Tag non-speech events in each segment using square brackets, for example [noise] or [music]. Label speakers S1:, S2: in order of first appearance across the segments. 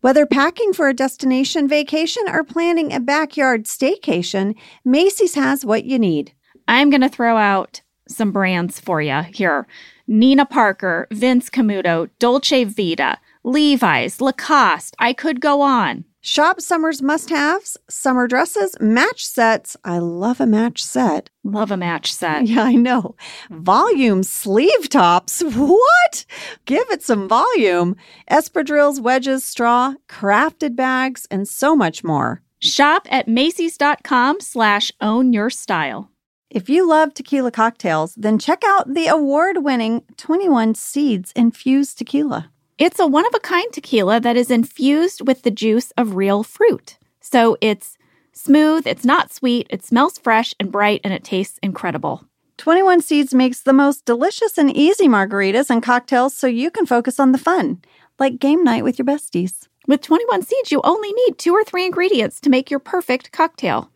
S1: Whether packing for a destination vacation or planning a backyard staycation, Macy's has what you need.
S2: I'm going to throw out some brands for you here Nina Parker, Vince Camuto, Dolce Vita, Levi's, Lacoste. I could go on.
S1: Shop summer's must haves, summer dresses, match sets. I love a match set. [laughs]
S2: Love a match set.
S1: Yeah, I know. Volume sleeve tops. [laughs] What? Give it some volume. Espadrilles, wedges, straw, crafted bags, and so much more.
S2: Shop at Macy's.com slash own your style.
S1: If you love tequila cocktails, then check out the award winning 21 Seeds Infused Tequila.
S2: It's a one of a kind tequila that is infused with the juice of real fruit. So it's smooth, it's not sweet, it smells fresh and bright, and it tastes incredible.
S1: 21 Seeds makes the most delicious and easy margaritas and cocktails so you can focus on the fun, like game night with your besties.
S2: With 21 seeds, you only need two or three ingredients to make your perfect cocktail.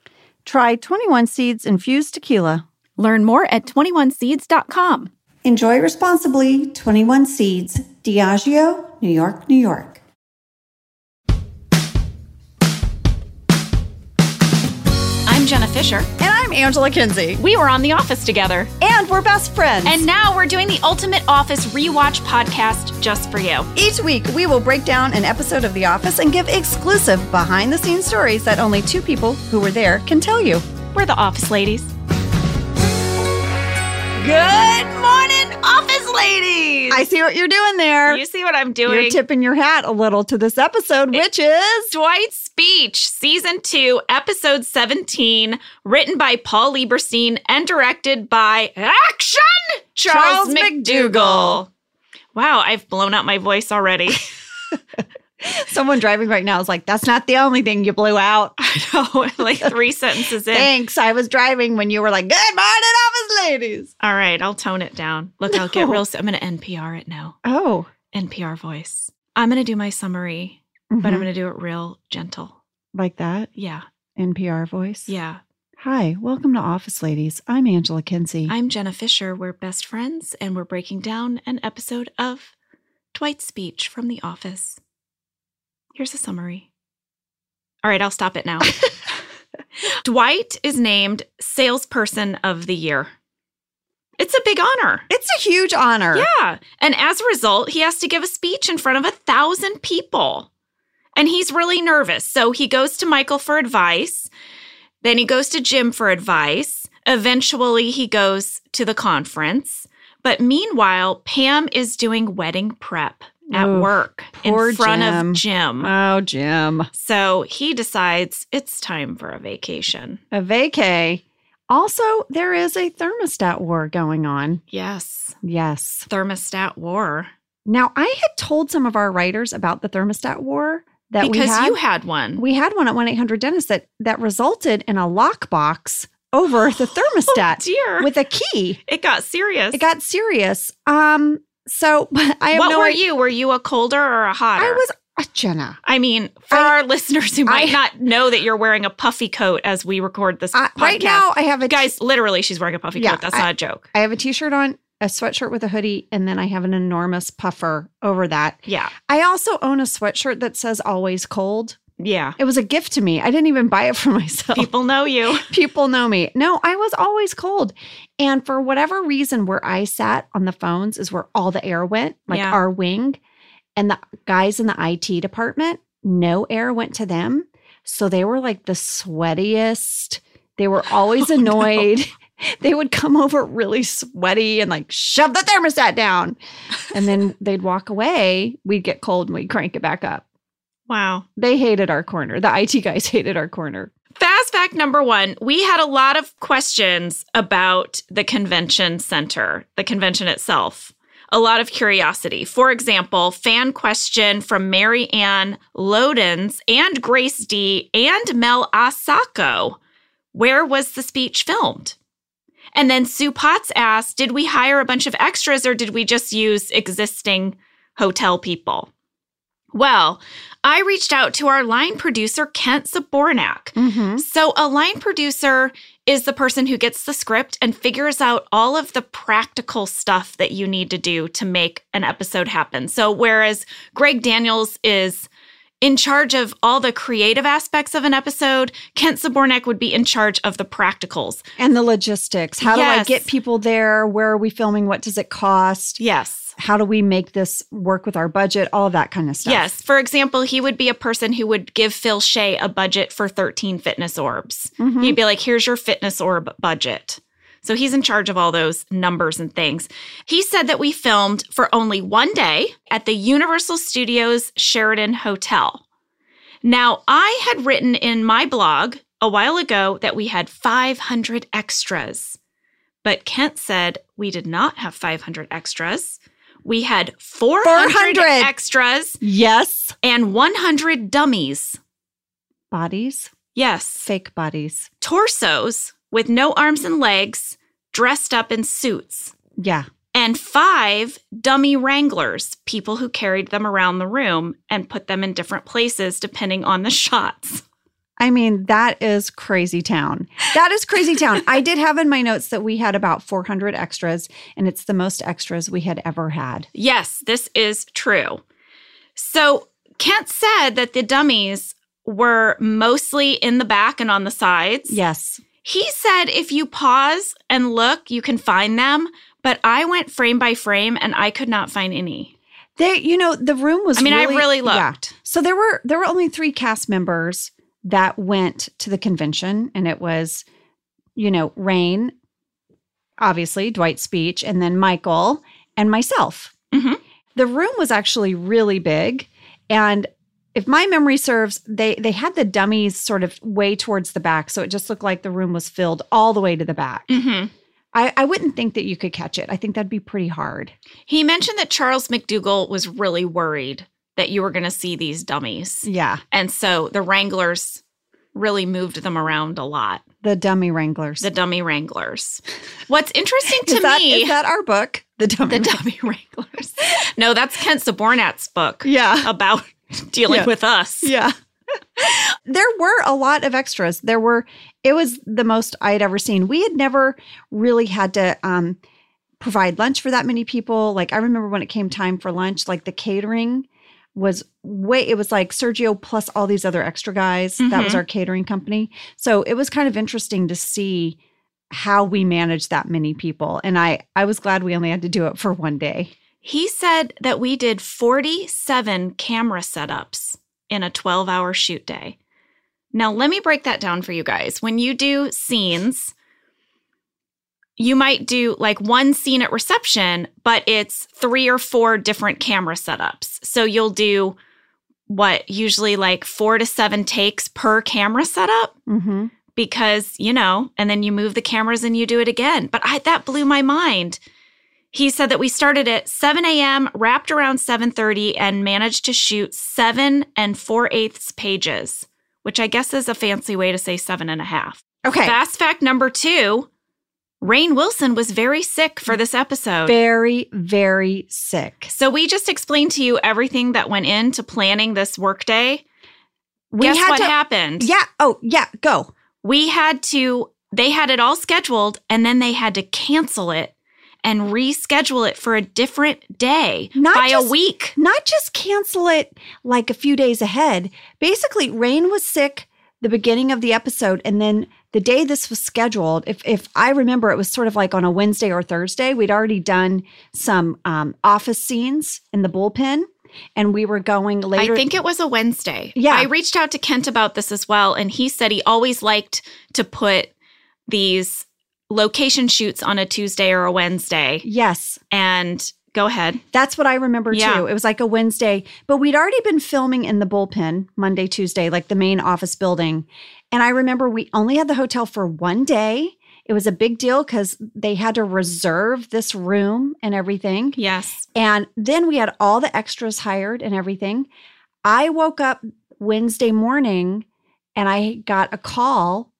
S1: Try 21 Seeds Infused Tequila.
S2: Learn more at 21seeds.com.
S1: Enjoy responsibly 21 Seeds, Diageo, New York, New York.
S2: I'm Jenna Fisher.
S1: And I'm Angela Kinsey.
S2: We were on The Office together.
S1: And we're best friends.
S2: And now we're doing the Ultimate Office Rewatch podcast just for you.
S1: each week we will break down an episode of The Office and give exclusive behind the scenes stories that only two people who were there can tell you.
S2: We're the Office Ladies. Good morning, Office Ladies.
S1: I see what you're doing there.
S2: you see what I'm
S1: You're
S2: doing?
S1: tipping your hat a little to this episode, which is
S2: Dwight's Speech, Season 2, Episode 17, written by Paul Lieberstein and directed by Action Charles,
S1: Charles
S2: McDougall. Wow, I've blown out my voice already. [laughs]
S1: someone driving right now is like, that's not the only thing you blew out.
S2: I know, [laughs] like three sentences in.
S1: Thanks. I was driving when you were like, good morning, office ladies.
S2: All right, I'll tone it down. Look, I'll get
S1: No.
S2: real. I'm going to NPR it now.
S1: Oh.
S2: NPR voice. I'm going to do my summary,
S1: Mm-hmm.
S2: but I'm going to do it real gentle.
S1: like that
S2: Yeah,
S1: NPR voice.
S2: yeah.
S1: Hi, welcome to Office Ladies. I'm Angela Kinsey.
S2: I'm Jenna Fisher. We're best friends, and we're breaking down an episode of Dwight's speech from The Office. Here's a summary. All right, I'll stop it now. Dwight is named Salesperson of the Year. It's a big honor.
S1: it's a huge honor.
S2: Yeah. And as a result, he has to give a speech in front of a thousand people. And he's really nervous. So he goes to Michael for advice. Then he goes to Jim for advice. Eventually, he goes to the conference. But meanwhile, Pam is doing wedding prep at
S1: Oof,
S2: work
S1: poor
S2: in front
S1: Jim.
S2: of Jim.
S1: Oh, Jim.
S2: so he decides it's time for a vacation.
S1: A vacay. Also, there is a thermostat war going on.
S2: Yes,
S1: Yes.
S2: thermostat war.
S1: Now, I had told some of our writers about the thermostat war that we
S2: because
S1: had.
S2: you had one.
S1: we had one at 1 800 Dentist that, that resulted in a lockbox over
S2: [gasps]
S1: the thermostat
S2: Oh, Dear,
S1: with a key.
S2: it got serious.
S1: It got serious. Um, so [laughs] I have
S2: what
S1: no
S2: were
S1: idea-
S2: you? Were you a colder or a hotter?
S1: I was uh, Jenna.
S2: I mean, for
S1: I-
S2: our [laughs] listeners who might
S1: I-
S2: not know that you're wearing a puffy coat as we record this
S1: I,
S2: podcast,
S1: right now, I have a
S2: guys, literally, she's wearing a puffy
S1: Yeah,
S2: coat. That's
S1: I-
S2: not a joke.
S1: I have a t-shirt on, a sweatshirt with a hoodie, and then I have an enormous puffer over that.
S2: Yeah,
S1: I also own a sweatshirt that says "Always Cold."
S2: yeah.
S1: It was a gift to me. I didn't even buy it for [laughs] myself.
S2: People know
S1: [laughs]
S2: you.
S1: People know me. No, I was always cold. And for whatever reason, where I sat on the phones is where all the air went, like
S2: Yeah.
S1: our wing. And the guys in the IT department, no air went to them. So they were like the sweatiest. They were always
S2: [laughs] Oh, no.
S1: annoyed. [laughs] They would come over really sweaty and like shove the thermostat down. And then they'd walk away. We'd get cold and we'd crank it back up.
S2: Wow.
S1: They hated our corner. The IT guys [laughs] hated our corner.
S2: Fast fact number one: We had a lot of questions about the convention center, the convention itself. A lot of curiosity. For example, fan question from Mary Ann Lodens and Grace D and Mel Asako. where was the speech filmed? And then Sue Potts asked, did we hire a bunch of extras or did we just use existing hotel people? Well, I reached out to our line producer, Kent Zabornak.
S1: Mm-hmm.
S2: So, a line producer is the person who gets the script and figures out all of the practical stuff that you need to do to make an episode happen. So, whereas Greg Daniels is in charge of all the creative aspects of an episode. Kent Sabornak would be in charge of the practicals.
S1: And the logistics. How do I
S2: Yes.
S1: get people there? Where are we filming? What does it cost?
S2: Yes.
S1: How do we make this work with our budget? All of that kind of stuff.
S2: Yes. For example, he would be a person who would give Phil Shea a budget for 13 fitness orbs.
S1: Mhm.
S2: He'd be like, here's your fitness orb budget. So he's in charge of all those numbers and things. He said that we filmed for only one day at the Universal Studios Sheridan Hotel. Now, I had written in my blog a while ago that we had 500 extras, but Kent said we did not have 500 extras. We had 400,
S1: 400.
S2: extras
S1: Yes.
S2: and 100 dummies.
S1: Bodies,
S2: Yes
S1: fake bodies.
S2: torsos with no arms and legs, dressed up in suits,
S1: Yeah.
S2: and five dummy wranglers, people who carried them around the room and put them in different places depending on the [laughs] shots.
S1: I mean, that is crazy town. That is crazy town. I did have in my notes that we had about 400 extras, and it's the most extras we had ever had.
S2: Yes, this is true. So Kent said that the dummies were mostly in the back and on the sides.
S1: Yes.
S2: He said if you pause and look, you can find them, but I went frame by frame and I could not find any.
S1: They, you know, the room was
S2: I mean, I really
S1: yeah.
S2: looked.
S1: So there were there were only three cast members that went to the convention, and it was, you know, Rain, obviously Dwight Speech, and then Michael and myself.
S2: Mhm.
S1: The room was actually really big, and if my memory serves, they they had the dummies sort of way towards the back, so it just looked like the room was filled all the way to the back.
S2: hmm
S1: I, I wouldn't think that you could catch it. I think that'd be pretty hard.
S2: He mentioned that Charles McDougall was really worried that you were going to see these dummies.
S1: Yeah,
S2: And so the Wranglers really moved them around a lot,
S1: the dummy wranglers.
S2: the dummy Wranglers. What's interesting to
S1: is, that,
S2: me,
S1: is that our book? The dummy.
S2: [laughs] the dummy Wranglers. No, that's Kent Sabornat's book
S1: yeah.
S2: about dealing
S1: Yeah.
S2: with
S1: [laughs]
S2: us.
S1: Yeah. there were a lot of extras. There were, it was the most I had ever seen. We had never really had to um, provide lunch for that many people. Like, I remember when it came time for lunch, like the catering was way, it was like Sergio plus all these other extra guys. That was
S2: Mhm.
S1: our catering company. So it was kind of interesting to see how we managed that many people and i i was glad we only had to do it for one day
S2: He said that we did 47 camera setups in a 12 hour shoot day. Now, let me break that down for you guys. When you do scenes, you might do like one scene at reception, but it's three or four different camera setups. So you'll do what usually like four to seven takes per camera setup
S1: mm-hmm.
S2: because you know and then you move the cameras and you do it again but I, that blew my mind he said that we started at 7 a.m wrapped around 7.30 and managed to shoot seven and four eighths pages which i guess is a fancy way to say seven and a half
S1: okay
S2: fast fact number two rain wilson was very sick for this episode
S1: very very sick
S2: so we just explained to you everything that went into planning this workday
S1: we
S2: guess
S1: had
S2: what
S1: to
S2: happened
S1: Yeah. Oh, yeah. Go.
S2: we had to they had it all scheduled and then they had to cancel it and reschedule it for a different day
S1: Not
S2: by
S1: just-
S2: a week
S1: Not just cancel it like a few days ahead. Basically, Rain was sick the beginning of the episode, and then the day this was scheduled, if if I remember, it was sort of like on a Wednesday or Thursday. We'd already done some um, office scenes in the bullpen, and we were going later.
S2: i think it was a wednesday
S1: Yeah.
S2: i reached out to kent about this as well and he said he always liked to put these location shoots on a tuesday or a wednesday
S1: yes,
S2: and go ahead
S1: That's what I remember
S2: Yeah.
S1: too. It was like a Wednesday, but we'd already been filming in the bullpen Monday, Tuesday, like the main office building. And I remember we only had the hotel for one day. It was a big deal because they had to reserve this room and everything.
S2: yes
S1: And then we had all the extras hired and everything. I woke up Wednesday morning and I got a call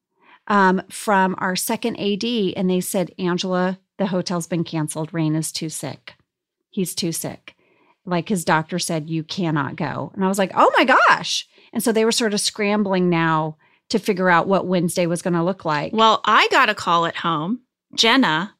S1: um, from our second AD, and they said, Angela, the hotel's been canceled. Rain is too sick. He's too sick. Like his doctor said, you cannot go. And I was like, oh my gosh. And so they were sort of scrambling now to figure out what Wednesday was going to look like.
S2: well i got a call at home jenna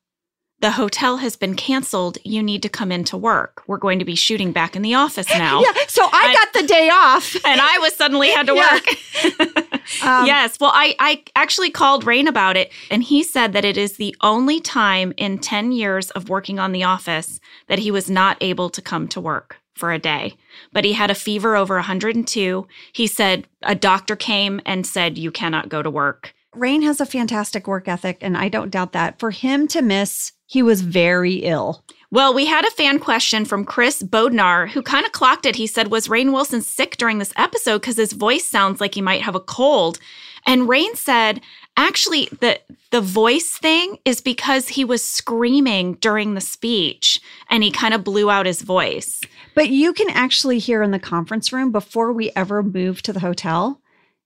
S2: the hotel has been canceled. You need to come into work. We're going to be shooting back in the
S1: [laughs]
S2: office now.
S1: Yeah, so I,
S2: I-
S1: got the day [laughs] off.
S2: And I was suddenly had to
S1: Yeah.
S2: work.
S1: [laughs] Um,
S2: yes. Well, I, I actually called Rain about it, and he said that it is the only time in 10 years of working on The Office that he was not able to come to work for a day. But he had a fever over 102. He said a doctor came and said, You cannot go to work.
S1: Rain has a fantastic work ethic, and I don't doubt that. For him to miss, he was very ill.
S2: Well, we had a fan question from Chris Bodnar, who kind of clocked it. He said, Was Rain Wilson sick during this episode? Because his voice sounds like he might have a cold. And Rain said, Actually, the, the voice thing is because he was screaming during the speech and he kind of blew out his voice.
S1: But you can actually hear in the conference room before we ever moved to the hotel.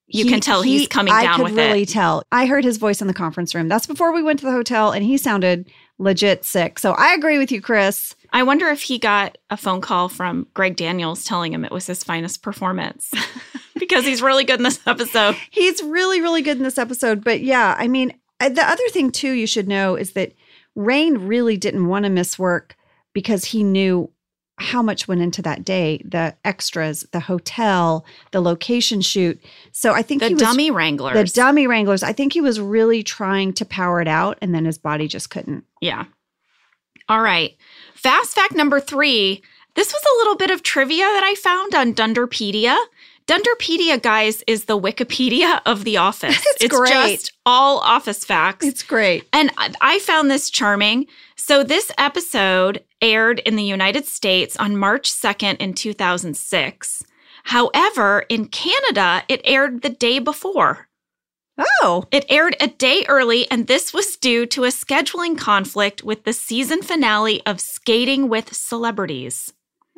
S2: You can tell he's coming
S1: I
S2: down
S1: could
S2: with it.
S1: really tell. I heard his voice in the conference room. That's before we went to the hotel, and he sounded legit sick. So I agree with you, Chris.
S2: I wonder if he got a phone call from Greg Daniels telling him it was his finest performance [laughs] because he's really good in this episode.
S1: He's really, really good in this episode. But yeah, I mean, I- the other thing too you should know is that Rain really didn't want to miss work because he knew how much went into that day the extras, the hotel, the location shoot. So I think
S2: The
S1: he was.
S2: dummy wranglers.
S1: the dummy wranglers. I think he was really trying to power it out, and then his body just couldn't.
S2: Yeah. All right. Fast fact number three. This was a little bit of trivia that I found on Dunderpedia. Dunderpedia, guys, is the Wikipedia [laughs] of The Office.
S1: It's great.
S2: just all office facts.
S1: great.
S2: And I- I found this charming. So, this episode aired in the United States on March 2nd in 2006. However, in Canada, it aired the day before.
S1: Oh,
S2: It aired a day early, and this was due to a scheduling conflict with the season finale of Skating with Celebrities.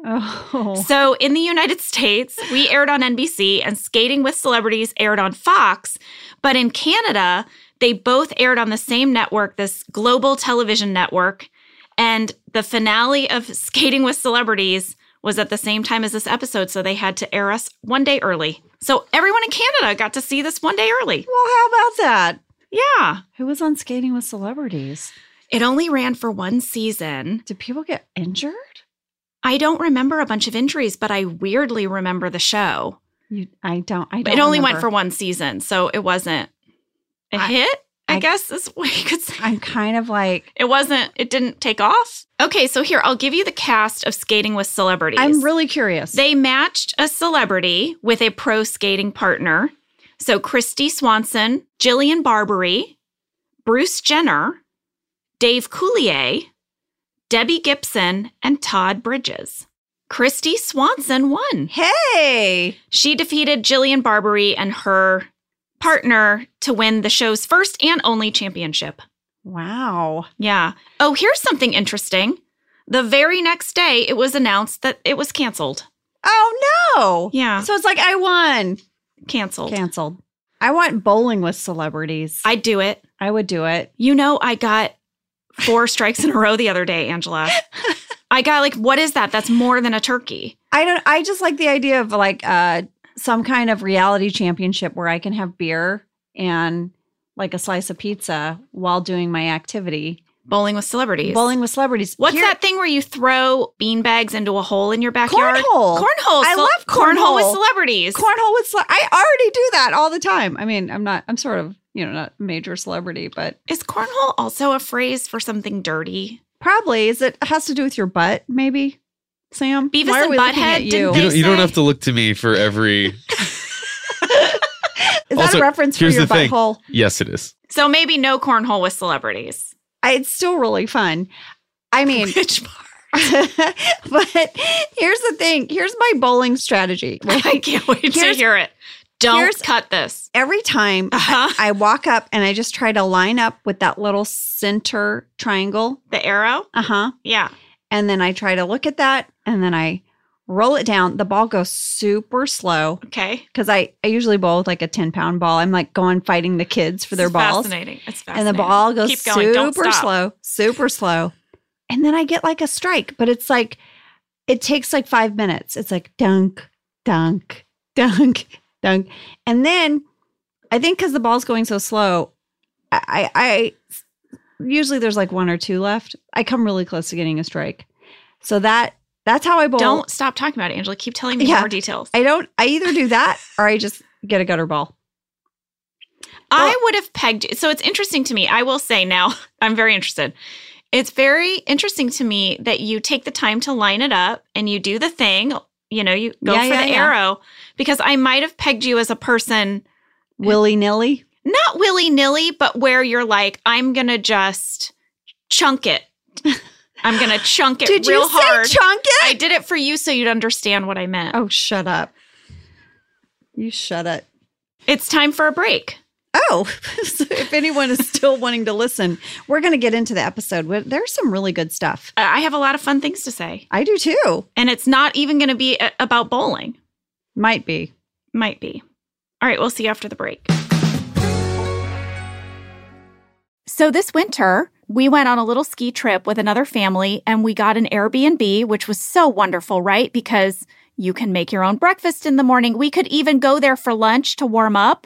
S1: oh,
S2: So, in the United [laughs] States, we aired on NBC, and Skating with Celebrities aired on Fox. But in Canada, they both aired on the same network, this global television network. And the finale of [laughs] Skating with Celebrities was at the same time as this episode. So, they had to air us one day early. So, everyone in Canada got to see this one day early.
S1: well, how about that?
S2: Yeah.
S1: Who was on skating with celebrities?
S2: It only ran for one season.
S1: Did people get injured?
S2: I don't remember a bunch of injuries, but I weirdly remember the show.
S1: You, I don't. I
S2: It
S1: don't.
S2: only went
S1: remember.
S2: for one season, so it wasn't a
S1: I-
S2: hit. I,
S1: I-
S2: guess is what you could say.
S1: I'm kind of like.
S2: It wasn't. It didn't take off. Okay, so here I'll give you the cast of Skating with Celebrities.
S1: I'm really curious.
S2: They matched a celebrity with a pro skating partner. So Christy Swanson, Jillian Barbary, Bruce Jenner, Dave Coulier, Debbie Gibson, and Todd Bridges. Christy Swanson won.
S1: hey,
S2: She defeated Jillian Barbary and her partner to win the show's first and only championship.
S1: wow.
S2: Yeah. Oh, here's something interesting. The very next day, it was announced that it was canceled.
S1: Oh no.
S2: Yeah,
S1: So it's like I won.
S2: canceled.
S1: Canceled. I want bowling with celebrities. I,
S2: I'd do it.
S1: would do it.
S2: You know, I got four strikes in a row the other day, Angela. I got like, what is that? That's more than a turkey.
S1: I don't. I just like the idea of like uh some kind of reality championship where I can have beer and like a slice of pizza while doing my activity.
S2: Bowling with celebrities.
S1: Bowling with celebrities.
S2: What's
S1: Here-
S2: that thing where you throw beanbags into a hole in your backyard?
S1: Cornhole.
S2: Cornhole.
S1: I love
S2: cornhole with
S1: cornhole.
S2: celebrities.
S1: cornhole with cele- I already do that all the time. I mean, I'm not. I'm sort of you know not a major celebrity, but
S2: is cornhole also a phrase for something dirty?
S1: probably is it has to do with your butt, maybe. Sam,
S2: Beavis
S1: why are
S2: and
S1: we looking at
S2: Butthead,
S1: you? Is
S2: didn't they-
S3: You don't, you don't
S2: say-
S3: have to look to me for every.
S1: that
S3: Also,
S1: a reference for
S3: here's
S1: your
S3: the thing.
S1: butthole?
S3: yes, it is.
S2: So maybe no cornhole with celebrities.
S1: I, it's still really fun. I
S2: [laughs]
S1: mean, [laughs]
S2: Which part?
S1: but here's the thing. Here's my bowling strategy.
S2: I can't wait to
S1: Here's-
S2: hear it. Don't
S1: here's-
S2: cut this.
S1: Every time
S2: Uh-huh.
S1: I walk up and I just try to line up with that little center triangle.
S2: The arrow?
S1: Uh huh.
S2: Yeah.
S1: And then I try to look at that and then I roll it down. The ball goes super slow
S2: Okay.
S1: because I, I usually bowl with like a 10 pound ball. I'm like going fighting the kids for
S2: This
S1: their
S2: is
S1: balls.
S2: Fascinating. It's
S1: And
S2: fascinating.
S1: the ball goes
S2: Keep going. Don't
S1: super
S2: stop.
S1: slow, super slow. And then I get like a strike, but it's like, it takes like five minutes. It's like dunk, dunk,
S4: [laughs]
S1: dunk, dunk. And then I think because the ball's going so slow, I, I
S4: usually there's like one or two left. I come really close to getting a strike. So that that's how I bowl.
S2: Don't stop talking about it, Angela. Keep telling me
S4: Yeah.
S2: more details.
S4: I don't I either do that or I just get a gutter ball.
S2: [laughs] I would have pegged. So it's interesting to me. I will say now, [laughs] I'm very interested. It's very interesting to me that you take the time to line it up and you do the thing. You know, you go
S4: Yeah,
S2: for
S4: yeah,
S2: the
S4: yeah.
S2: arrow because I might have pegged you as a person,
S4: Willy nilly.
S2: not willy nilly, but where you're like, I'm going to just chunk it. I'm going to chunk
S4: [laughs]
S2: it
S4: Did
S2: real
S4: you
S2: hard.
S4: say chunk it?
S2: I did it for you so you'd understand what I meant.
S4: Oh, shut up. You shut it.
S2: It's time for a break.
S4: Oh, [laughs] so if anyone is still wanting to listen, we're going to get into the episode. Well, There's some really good stuff.
S2: I I have a lot of fun things to say,
S4: I do too.
S2: and it's not even going to be a- about bowling.
S4: Might be.
S2: Might be. All right, we'll see you after the break. So, this winter, we went on a little ski trip with another family and we got an Airbnb, which was so wonderful, right? Because you can make your own breakfast in the morning. We could even go there for lunch to warm up.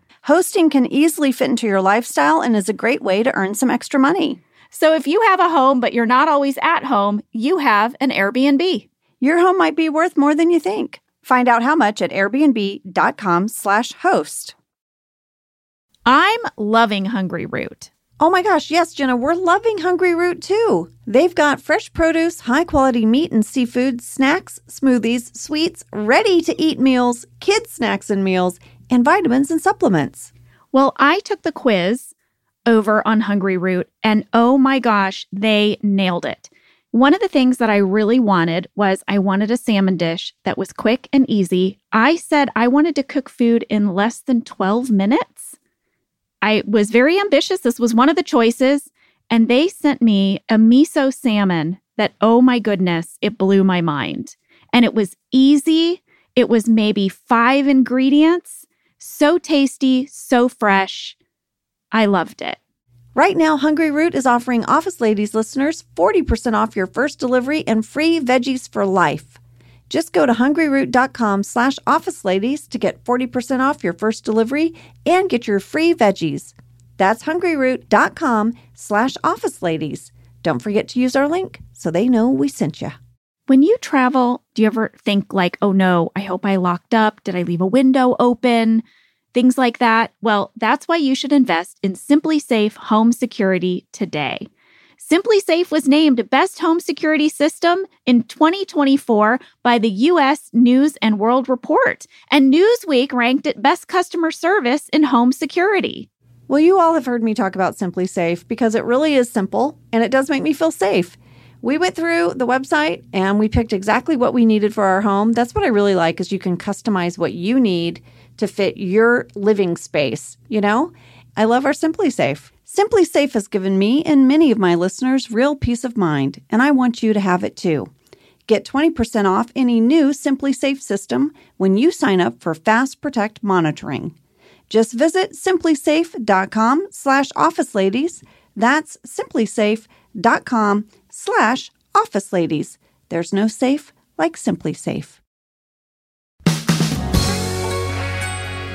S1: Hosting can easily fit into your lifestyle and is a great way to earn some extra money.
S2: So if you have a home, but you're not always at home, you have an Airbnb.
S1: Your home might be worth more than you think. Find out how much at airbnb.com/slash host.
S2: I'm loving Hungry Root.
S1: Oh my gosh, yes, Jenna, we're loving Hungry Root too. They've got fresh produce, high quality meat and seafood, snacks, smoothies, sweets, ready to eat meals, kids' snacks and meals, and vitamins and supplements.
S2: Well, I took the quiz over on Hungry Root, and oh my gosh, they nailed it. One of the things that I really wanted was I wanted a salmon dish that was quick and easy. I said I wanted to cook food in less than 12 minutes. I was very ambitious. This was one of the choices. And they sent me a miso salmon that, oh my goodness, it blew my mind. And it was easy. It was maybe five ingredients. So tasty, so fresh. I loved it.
S1: Right now, Hungry Root is offering Office Ladies listeners 40% off your first delivery and free veggies for life. Just go to hungryroot.com slash office ladies to get 40% off your first delivery and get your free veggies. That's hungryroot.com slash office ladies. Don't forget to use our link so they know we sent you.
S2: When you travel, do you ever think, like, oh no, I hope I locked up? Did I leave a window open? Things like that. Well, that's why you should invest in Simply Safe home security today. Simply Safe was named Best Home Security System in 2024 by the US News and World Report, and Newsweek ranked it Best Customer Service in Home Security.
S1: Well, you all have heard me talk about Simply Safe because it really is simple and it does make me feel safe. We went through the website and we picked exactly what we needed for our home. That's what I really like is you can customize what you need to fit your living space, you know? I love our Simply Safe. Simply Safe has given me and many of my listeners real peace of mind, and I want you to have it too. Get 20% off any new Simply Safe system when you sign up for Fast Protect monitoring. Just visit simplysafe.com slash office ladies. That's simplysafe.com slash office ladies. There's no safe like Simply Safe.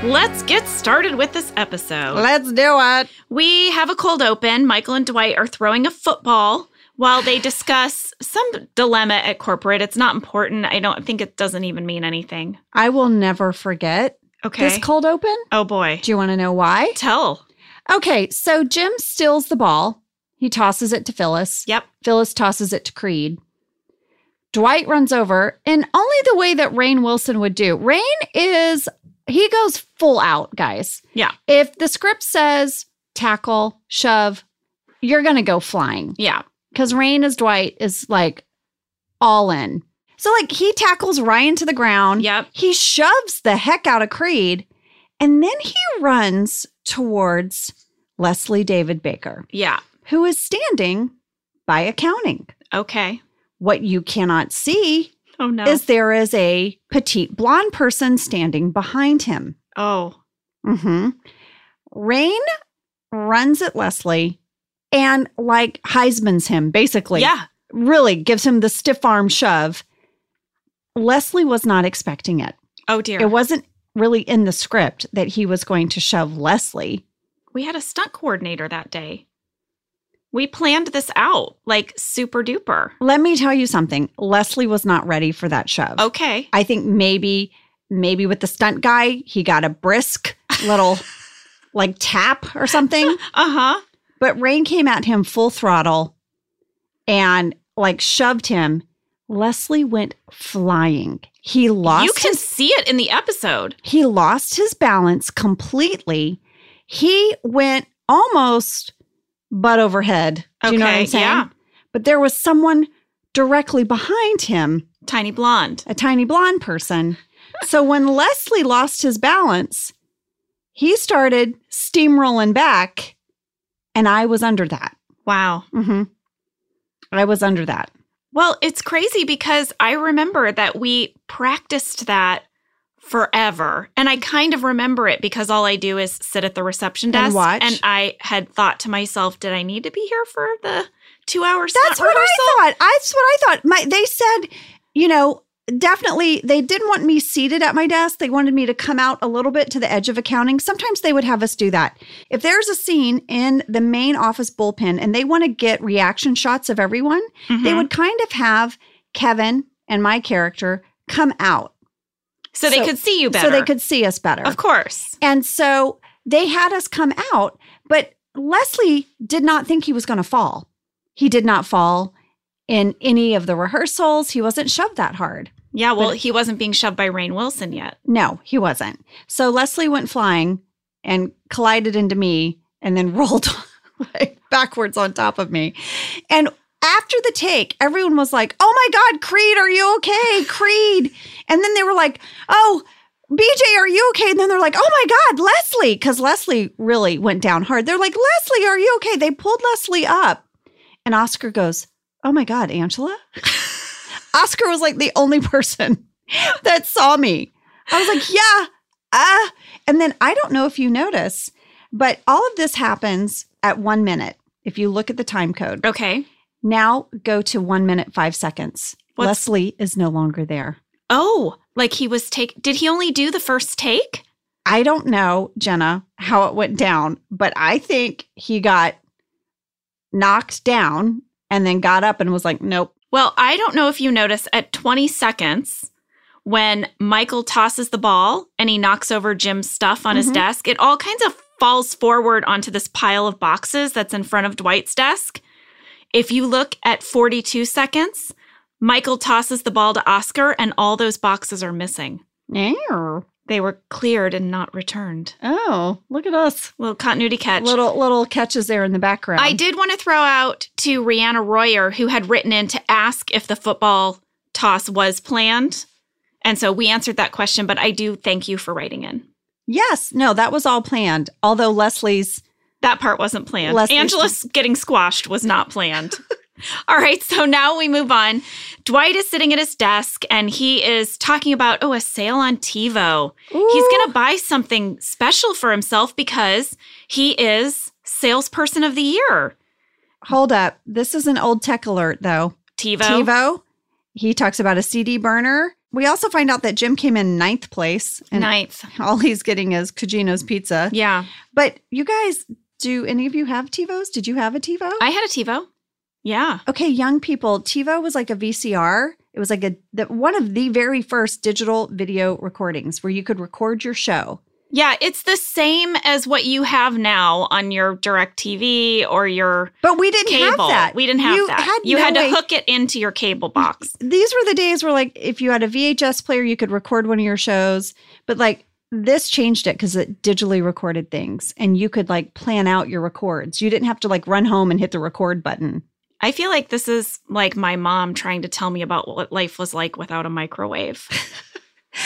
S2: Let's get started with this episode.
S4: Let's do it.
S2: We have a cold open. Michael and Dwight are throwing a football while they discuss some dilemma at corporate. It's not important. I don't think it doesn't even mean anything.
S4: I will never forget
S2: Okay.
S4: this cold open.
S2: oh boy.
S4: Do you want to know why?
S2: Tell.
S4: Okay, so Jim steals the ball. He tosses it to Phyllis.
S2: Yep.
S4: Phyllis tosses it to Creed. Dwight runs over in only the way that Rain Wilson would do. Rain is, he goes full out, guys.
S2: Yeah.
S4: If the script says tackle, shove, you're going to go flying
S2: Yeah.
S4: because Rain as Dwight is like all in. So, like, he tackles Ryan to the ground.
S2: Yep.
S4: He shoves the heck out of Creed and then he runs towards Leslie David Baker,
S2: Yeah.
S4: who is standing by accounting.
S2: Okay.
S1: What you cannot see
S2: Oh no.
S1: is there is a petite blonde person standing behind him.
S2: oh.
S1: hmm Rain runs at Leslie and like Heisman's him, basically.
S2: yeah.
S1: Really gives him the stiff arm shove. Leslie was not expecting it.
S2: Oh dear.
S1: It wasn't really in the script that he was going to shove Leslie.
S2: we had a stunt coordinator that day. We planned this out like super duper.
S1: Let me tell you something. Leslie was not ready for that shove.
S2: Okay.
S1: I think maybe, maybe with the stunt guy, he got a brisk
S2: [laughs]
S1: little like tap or something.
S2: Uh-huh.
S1: But Rain came at him full throttle and like shoved him. Leslie went flying. He lost
S2: You can
S1: his-
S2: see it in the episode.
S1: he lost his balance completely. He went almost butt overhead. Do you know what
S2: Okay,
S1: I'm saying?
S2: yeah.
S1: But there was someone directly behind him,
S2: Tiny blonde.
S1: a tiny blonde person. so when Leslie lost his balance, he started steamrolling back, and I was under that.
S2: Wow.
S1: hmm I was under that.
S2: Well, it's crazy because I remember that we practiced that forever. And I kind of remember it because all I do is sit at the reception
S1: And
S2: desk.
S1: watch.
S2: I had thought to myself, did I need to be here for the two hours?
S1: That's what I thought. That's what I thought. My they said, you know, definitely they didn't want me seated at my desk. They wanted me to come out a little bit to the edge of accounting. Sometimes they would have us do that. If there's a scene in the main office bullpen and they want to get reaction shots of everyone, they
S2: Mm-hmm.
S1: would kind of have Kevin and my character come out
S2: so they
S1: so-
S2: could see you better.
S1: so they could see us better.
S2: Of course.
S1: And so they had us come out, but Leslie did not think he was going to fall. He did not fall in any of the rehearsals. He wasn't shoved that hard.
S2: Yeah. Well,
S1: But-
S2: he wasn't being shoved by Rain Wilson yet.
S1: No, he wasn't. So Leslie went flying and collided into me and then [laughs] rolled like, backwards on top of me. And after the take, everyone was like, oh my God, Creed, are you okay? Creed. And then they were like, oh, BJ, are you okay? And then they're like, oh my God, Leslie. Because Leslie really went down hard. They're like, Leslie, are you okay? They pulled Leslie up. And Oscar goes, oh my God, Angela? [laughs] Oscar was like the only person [laughs] that saw me. I was like, yeah, ah. And then I don't know if you notice, but all of this happens at one minute. If you look at the time code,
S2: Okay.
S1: now go to one minute, five seconds.
S2: What's-
S1: Leslie is no longer there.
S2: Oh, like he was take. Did he only do the first take?
S1: I don't know, Jenna, how it went down, but I think he got knocked down and then got up and was like, nope.
S2: Well, I don't know if you notice at 20 seconds when Michael tosses the ball and he knocks over Jim's stuff on his
S1: Mhm.
S2: desk, it all kinds of falls forward onto this pile of boxes that's in front of Dwight's desk. If you look at 42 seconds, Michael tosses the ball to Oscar and all those boxes are missing.
S1: Ew.
S2: They were cleared and not returned.
S1: Oh, look at us.
S2: Little continuity catch.
S1: Little little catches there in the background.
S2: I did want to throw out to Rihanna Royer, who had written in to ask if the football toss was planned. And so we answered that question, but I do thank you for writing in.
S1: Yes, no, that was all planned. Although Leslie's
S2: That part wasn't planned.
S1: Leslie's-
S2: Angela's getting squashed was
S1: [laughs]
S2: not planned. All right, so now we move on. Dwight is sitting at his desk and he is talking about, oh, a sale on TiVo. He's going to buy something special for himself because he is salesperson of the year.
S1: Hold up. This is an old tech alert, though.
S2: TiVo.
S1: TiVo. He talks about a CD burner. We also find out that Jim came in ninth place, and
S2: Ninth.
S1: [laughs] all he's getting is Cugino's pizza.
S2: Mm. Yeah.
S1: But you guys, do any of you have TiVos? Did you have a TiVo?
S2: I had a TiVo. Yeah.
S1: okay, young people, TiVo was like a VCR. It was like a the, one of the very first digital video recordings where you could record your show.
S2: Yeah, it's the same as what you have now on your direct TV or your
S1: But we didn't
S2: cable.
S1: have that.
S2: We didn't have
S1: You
S2: that.
S1: Had
S2: you
S1: no
S2: had to
S1: way-
S2: hook it into your cable box.
S1: these were the days where like if you had a VHS player, you could record one of your shows, but like this changed it because it digitally recorded things and you could like plan out your records. You didn't have to like run home and hit the record button.
S2: I feel like this is like my mom trying to tell me about what life was like without
S1: [laughs]
S2: a microwave.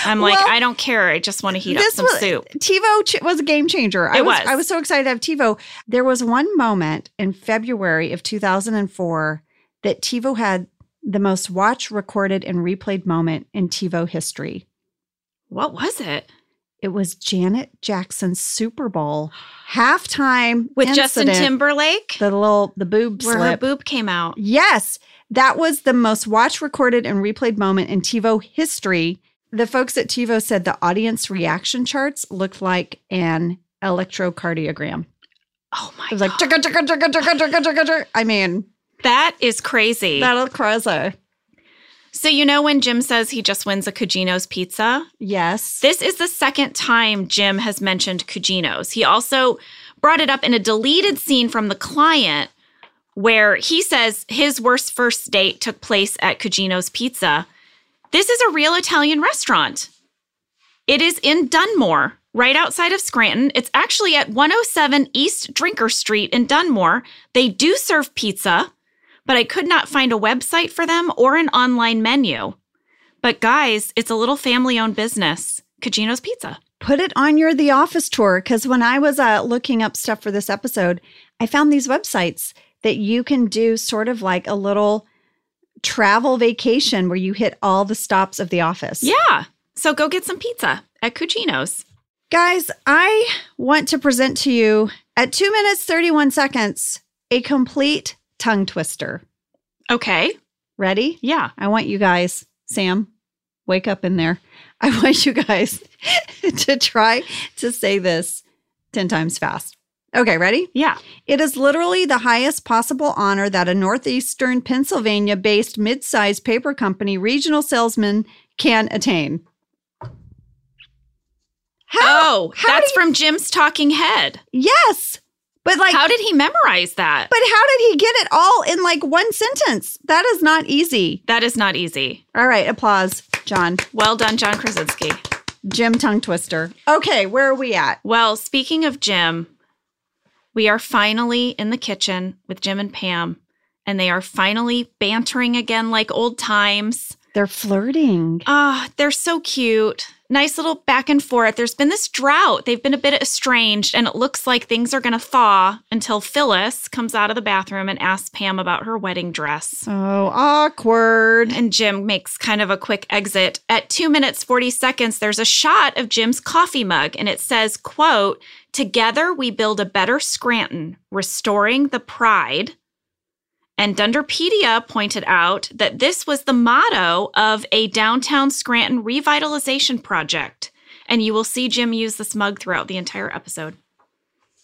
S2: I'm like,
S1: Well,
S2: I don't care. I just want to heat up
S1: this
S2: some
S1: was-
S2: soup.
S1: TiVo ch- was a game changer. I
S2: It
S1: was,
S2: was.
S1: I was so excited to have TiVo. There was one moment in February of 2004 that TiVo had the most watched, recorded, and replayed moment in TiVo history.
S2: What was it?
S1: It was Janet Jackson's Super Bowl halftime
S2: With Justin
S1: incident.
S2: Timberlake?
S1: The little the boob
S2: where her
S1: slip.
S2: boob came out.
S1: Yes, that was the most watched, recorded, and replayed moment in TiVo history. The folks at TiVo said the audience reaction charts looked like an electrocardiogram.
S2: Oh my
S1: It was like,
S2: God.
S1: "Chugga, chugga, chugga, chugga, chugga, chugga, chugga." I mean,
S2: That is crazy.
S1: that'll crazy.
S2: so, you know, when Jim says he just wins a Cugino's pizza,
S1: Yes.
S2: this is the second time Jim has mentioned Cugino's. He also brought it up in a deleted scene from the client where he says his worst first date took place at Cugino's Pizza. This is a real Italian restaurant. It is in Dunmore, right outside of Scranton. It's actually at 107 East Drinker Street in Dunmore. They do serve pizza, but I could not find a website for them or an online menu. But guys, it's a little family owned business, Cugino's Pizza.
S1: Put it on your The Office tour because when I was uh, looking up stuff for this episode, I found these websites that you can do sort of like a little travel vacation where you hit all the stops of The Office.
S2: Yeah. So go get some pizza at Cugino's.
S1: Guys, I want to present to you at two minutes, 31 seconds, a complete tongue twister.
S2: Okay.
S1: Ready?
S2: Yeah.
S1: I want you guys, Sam, wake up in there. I [laughs] want you guys to try to say this 10 times fast. Okay, ready?
S2: Yeah.
S1: It is literally the highest possible honor that a Northeastern Pennsylvania based mid sized paper company regional salesman can attain. How?
S2: oh,
S1: how
S2: that's from Jim's talking head.
S1: Yes. But like,
S2: how did he memorize that?
S1: But how did he get it all in like one sentence? That is not easy.
S2: that is not easy.
S1: All right, applause, John.
S2: Well done, John Krasinski.
S1: Jim Tongue Twister. Okay, where are we at?
S2: Well, speaking of Jim, we are finally in the kitchen with Jim and Pam, and they are finally bantering again like old times.
S1: They're flirting.
S2: Ah, they're so cute. Nice little back and forth. There's been this drought. They've been a bit estranged, and it looks like things are going to thaw until Phyllis comes out of the bathroom and asks Pam about her wedding dress.
S1: So Oh, awkward.
S2: And Jim makes kind of a quick exit. At 2 minutes 40 seconds, there's a shot of Jim's coffee mug and it says, quote, "Together we build a better Scranton, restoring the pride." And Dunderpedia pointed out that this was the motto of a downtown Scranton revitalization project. And you will see Jim use this mug throughout the entire episode.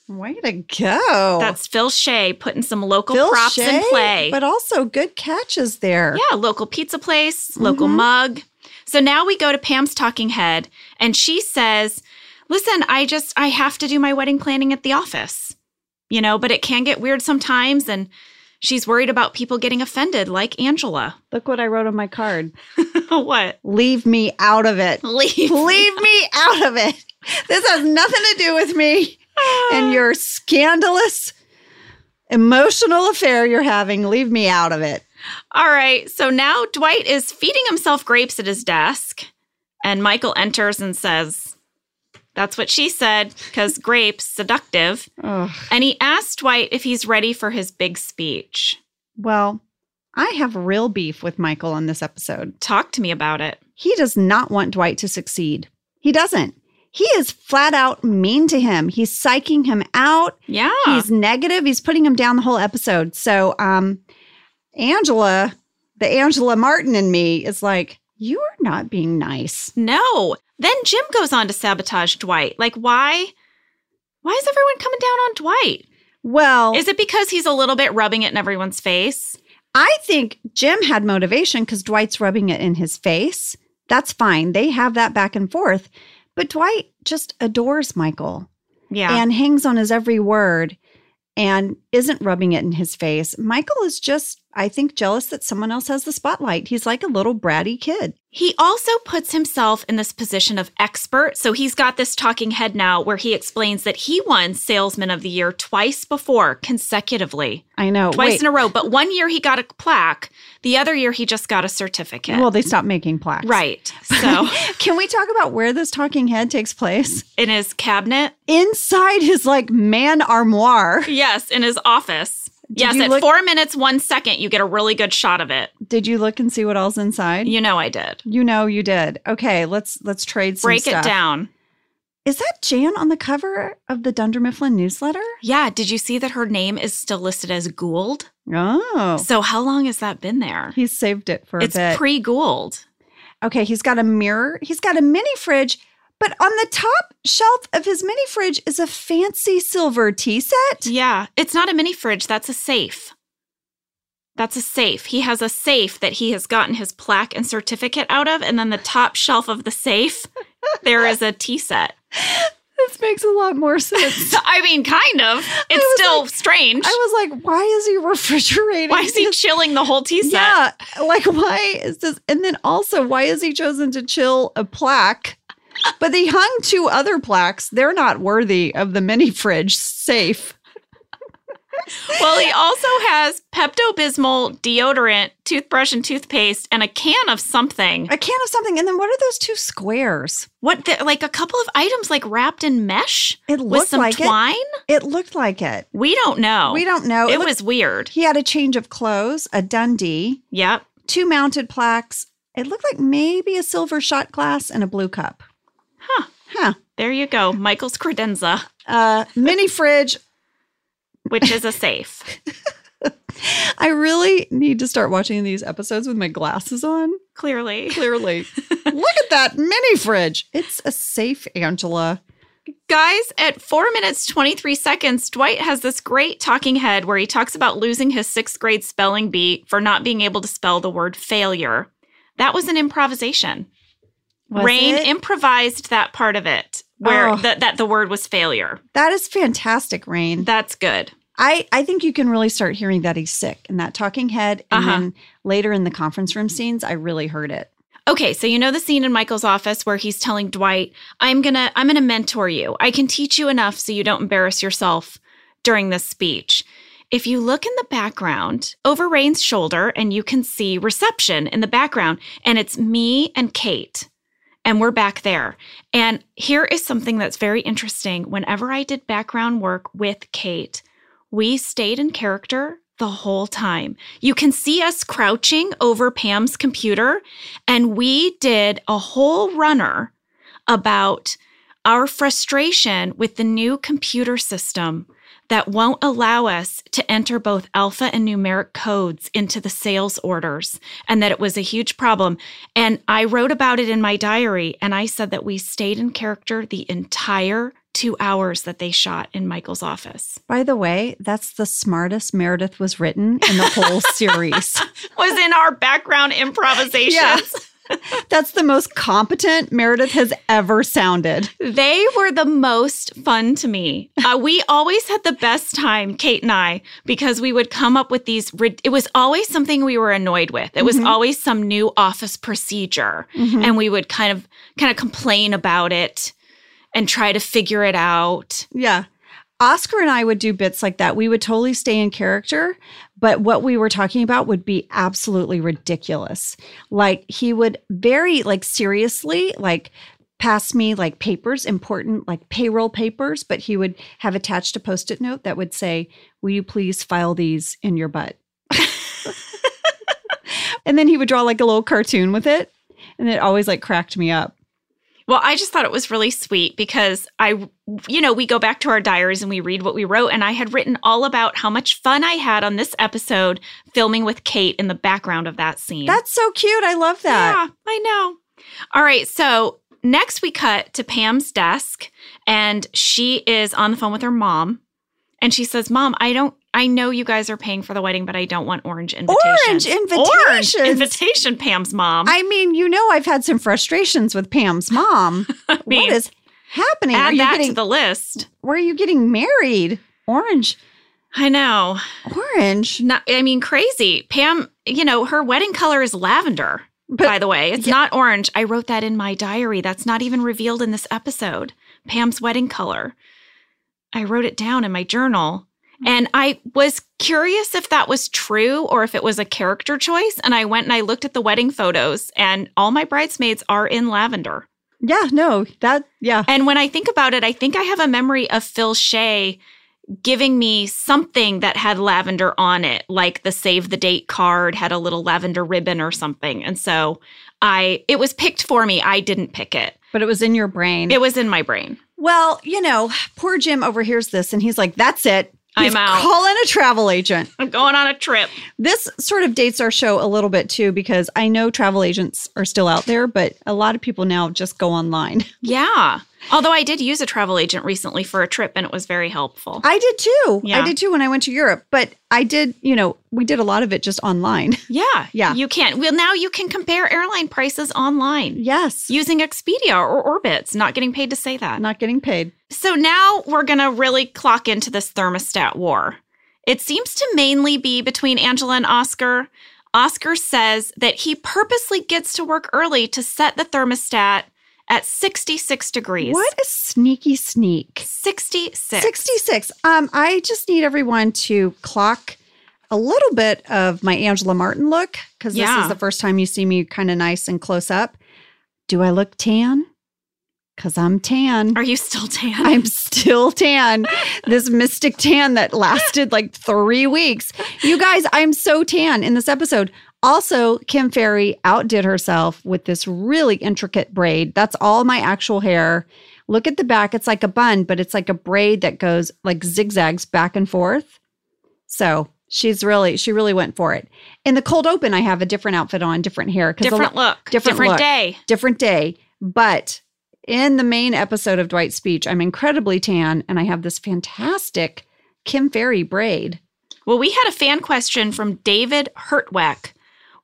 S1: Way to go.
S2: That's Phil Shea putting some
S1: Oh.
S2: local
S1: Phil
S2: props in
S1: Shea,
S2: play.
S1: But also good catches there.
S2: Yeah, local pizza place, local mug. So now we go to Pam's talking head, and she says, Listen, I just, I have to do my wedding planning at the office, you know, but it can get weird sometimes. And she's worried about people getting offended, like Angela. [laughs]
S1: Look what I wrote on my card.
S2: what?
S1: Leave me out of it.
S2: [laughs] Leave.
S1: Leave me out of it. This has nothing to do with me and
S2: [sighs]
S1: your scandalous emotional affair you're having. Leave me out of it.
S2: All right. So now Dwight is feeding himself grapes at his desk, and Michael enters and says, That's what she said, because grapes, seductive.
S1: Ugh.
S2: And he asked Dwight if he's ready for his big speech.
S1: Well, I have real beef with Michael on this episode.
S2: Talk to me about it.
S1: He does not want Dwight to succeed. He doesn't. He is flat out mean to him. He's psyching him out.
S2: Yeah.
S1: He's negative. He's putting him down the whole episode. So, um, Angela, the Angela Martin in me is like, you are not being nice.
S2: no. Then Jim goes on to sabotage Dwight. Like, why? Why is everyone coming down on Dwight?
S1: Well,
S2: Is it because he's a little bit rubbing it in everyone's face?
S1: I think Jim had motivation because Dwight's rubbing it in his face. That's fine. They have that back and forth. But Dwight just adores Michael
S2: Yeah.
S1: and hangs on his every word and isn't rubbing it in his face. Michael is just, I think, jealous that someone else has the spotlight. He's like a little bratty kid.
S2: He also puts himself in this position of expert. So he's got this talking head now where he explains that he won Salesman of the Year twice before consecutively,
S1: I know.
S2: twice
S1: Wait.
S2: in a row. But one year he got a plaque, the other year he just got a certificate.
S1: Well, they stopped making plaques. [laughs]
S2: right. [laughs] So
S1: Can we talk about where this talking head takes place?
S2: in his cabinet,
S1: Inside his like man armoire.
S2: Yes, in his office. yes,
S1: you
S2: at
S1: look-
S2: four minutes, one second, you get a really good shot of it.
S1: Did you look and see what all's inside?
S2: You know I did.
S1: You know you did. Okay, let's let's trade some
S2: Break
S1: stuff.
S2: it down.
S1: Is that Jan on the cover of the Dunder Mifflin newsletter?
S2: Yeah, did you see that her name is still listed as Gould?
S1: Oh.
S2: So how long has that been there?
S1: He's saved it for
S2: It's
S1: a bit.
S2: pre Gould.
S1: okay, he's got a mirror. He's got a mini fridge, but on the top shelf of his mini fridge is a fancy silver tea set.
S2: Yeah, it's not a mini fridge. That's a safe. That's a safe. He has a safe that he has gotten his plaque and certificate out of. And then the top shelf of the safe, there is a tea set.
S1: [laughs] This makes a lot more sense.
S2: So, [laughs] I mean, kind of. It's
S1: was
S2: still strange.
S1: [laughs] I was like, why is he refrigerating?
S2: Why is he chilling the whole tea set?
S1: [laughs] Yeah, like why is this? And then also, why has he chosen to chill a plaque? But they hung two other plaques. They're not worthy of the mini fridge safe.
S2: Well, he also has Pepto Bismol deodorant, toothbrush, and toothpaste, and a can of something.
S1: A can of something. And then what are those two squares?
S2: What, the, like a couple of items, like wrapped in mesh
S1: It
S2: with
S1: looked
S2: some
S1: like
S2: twine?
S1: it. It looked like it.
S2: We don't know.
S1: We don't know. It,
S2: It
S1: looked-
S2: was weird.
S1: He had a change of clothes, a Dundee,
S2: Yep.
S1: two mounted plaques. It looked like maybe a silver shot glass and a blue cup.
S2: Huh.
S1: Huh.
S2: There you go. Michael's credenza,
S1: Uh, mini fridge.
S2: which is
S1: [laughs]
S2: a safe.
S1: I really need to start watching these episodes with my glasses on.
S2: Clearly.
S1: clearly. Look at that mini fridge. It's a safe, Angela.
S2: Guys, at four minutes, 23 seconds, Dwight has this great talking head where he talks about losing his sixth grade spelling bee for not being able to spell the word failure. That was an improvisation. Rain
S1: it?
S2: improvised that part of it where
S1: Oh.
S2: that that the word was failure.
S1: that is fantastic, Rain.
S2: That's good.
S1: I, I think you can really start hearing that he's sick in that talking head. And
S2: Uh-huh.
S1: then later in the conference room scenes, I really heard it.
S2: Okay, so you know the scene in Michael's office where he's telling Dwight, "I'm going to I'm going to mentor you. I can teach you enough so you don't embarrass yourself during this speech." If you look in the background, over Rain's shoulder and you can see reception in the background and it's me and Kate. And we're back there. And here is something that's very interesting. Whenever I did background work with Kate, we stayed in character the whole time. You can see us crouching over Pam's computer and we did a whole runner about our frustration with the new computer system that won't allow us to enter both alpha and numeric codes into the sales orders, and that it was a huge problem. And I wrote about it in my diary, and I said that we stayed in character the entire two hours that they shot in Michael's office.
S1: By the way, that's the smartest Meredith was written in the whole series.
S2: Was in our background [laughs] improvisations.
S1: That's the most competent Meredith has ever sounded.
S2: They were the most fun to me. Uh, we always had the best time, Kate and I, because we would come up with these. rid- It was always something we were annoyed with. It was always some new office procedure,
S1: Mm-hmm.
S2: and we would kind of kind of complain about it and try to figure it out.
S1: Yeah. Oscar and I would do bits like that. We would totally stay in character, but what we were talking about would be absolutely ridiculous. Like he would very like seriously like pass me like papers, important like payroll papers, but he would have attached a post-it note that would say, "Will you please file these in your butt?" [laughs] and then he would draw like a little cartoon with it, and it always like cracked me up.
S2: Well, I just thought it was really sweet because I, you know, we go back to our diaries and we read what we wrote. And I had written all about how much fun I had on this episode filming with Kate in the background of that scene.
S1: That's so cute. I love that.
S2: Yeah, I know. All right. So next we cut to Pam's desk and she is on the phone with her mom. And she says, Mom, I don't, I know you guys are paying for the wedding, but I don't want orange invitations.
S1: Orange
S2: Orange
S1: invitations.
S2: invitation, Pam's mom.
S1: I mean, you know, I've had some frustrations with Pam's
S2: [laughs]
S1: mom.
S2: mean,
S1: what is happening? Are
S2: Add
S1: you
S2: that to
S1: getting?
S2: the list.
S1: where are you getting married? Orange,
S2: I know.
S1: orange.
S2: Not, I mean, crazy. Pam, you know, her wedding color is lavender,
S1: But-
S2: by the way. It's not orange. I wrote that in my diary. That's not even revealed in this episode. Pam's wedding color. I wrote it down in my journal. And I was curious if that was true or if it was a character choice. And I went and I looked at the wedding photos, and all my bridesmaids are in lavender.
S1: Yeah, no, that yeah.
S2: And when I think about it, I think I have a memory of Phil Shea giving me something that had lavender on it, like the save the date card had a little lavender ribbon or something. And so I it was picked for me. I didn't pick it.
S1: But it was in your brain.
S2: It was in my brain.
S1: well, you know, poor Jim overhears this and he's like, that's it. He's
S2: I'm out.
S1: calling a travel agent.
S2: I'm going on a trip.
S1: This sort of dates our show a little bit too, because I know travel agents are still out there, but a lot of people now just go online.
S2: Yeah. Although I did use a travel agent recently for a trip and it was very helpful.
S1: I did too.
S2: Yeah.
S1: I did too when I went to Europe, but I did, you know, we did a lot of it just online. [laughs]
S2: yeah.
S1: Yeah.
S2: You can. Well, now you can compare airline prices online
S1: Yes.
S2: using Expedia or Orbitz, not getting paid to say
S1: [laughs]
S2: that.
S1: not getting paid.
S2: So now we're going to really clock into this thermostat war. It seems to mainly be between Angela and Oscar. Oscar says that he purposely gets to work early to set the thermostat at 66 degrees.
S1: What a sneaky sneak.
S2: 66.
S1: 66. Um, I just need everyone to clock a little bit of my Angela Martin look because this
S2: Yeah.
S1: is the first time you see me kind of nice and close up. Do I look tan? Because I'm tan.
S2: Are you still tan?
S1: [laughs] I'm still tan. This mystic tan that lasted like three weeks. You guys, I'm so tan in this episode. Also, Kim Ferry outdid herself with this really intricate braid. That's all my actual hair. Look at the back. It's like a bun, but it's like a braid that goes like zigzags back and forth. So she's really, she really went for it. In the cold open, I have a different outfit on, different hair. 'cause a lo-
S2: different look,
S1: different look.
S2: day.
S1: different day. But in the main episode of Dwight's speech, I'm incredibly tan and I have this fantastic Kim Ferry braid.
S2: Well, we had a fan question from David Hertweck.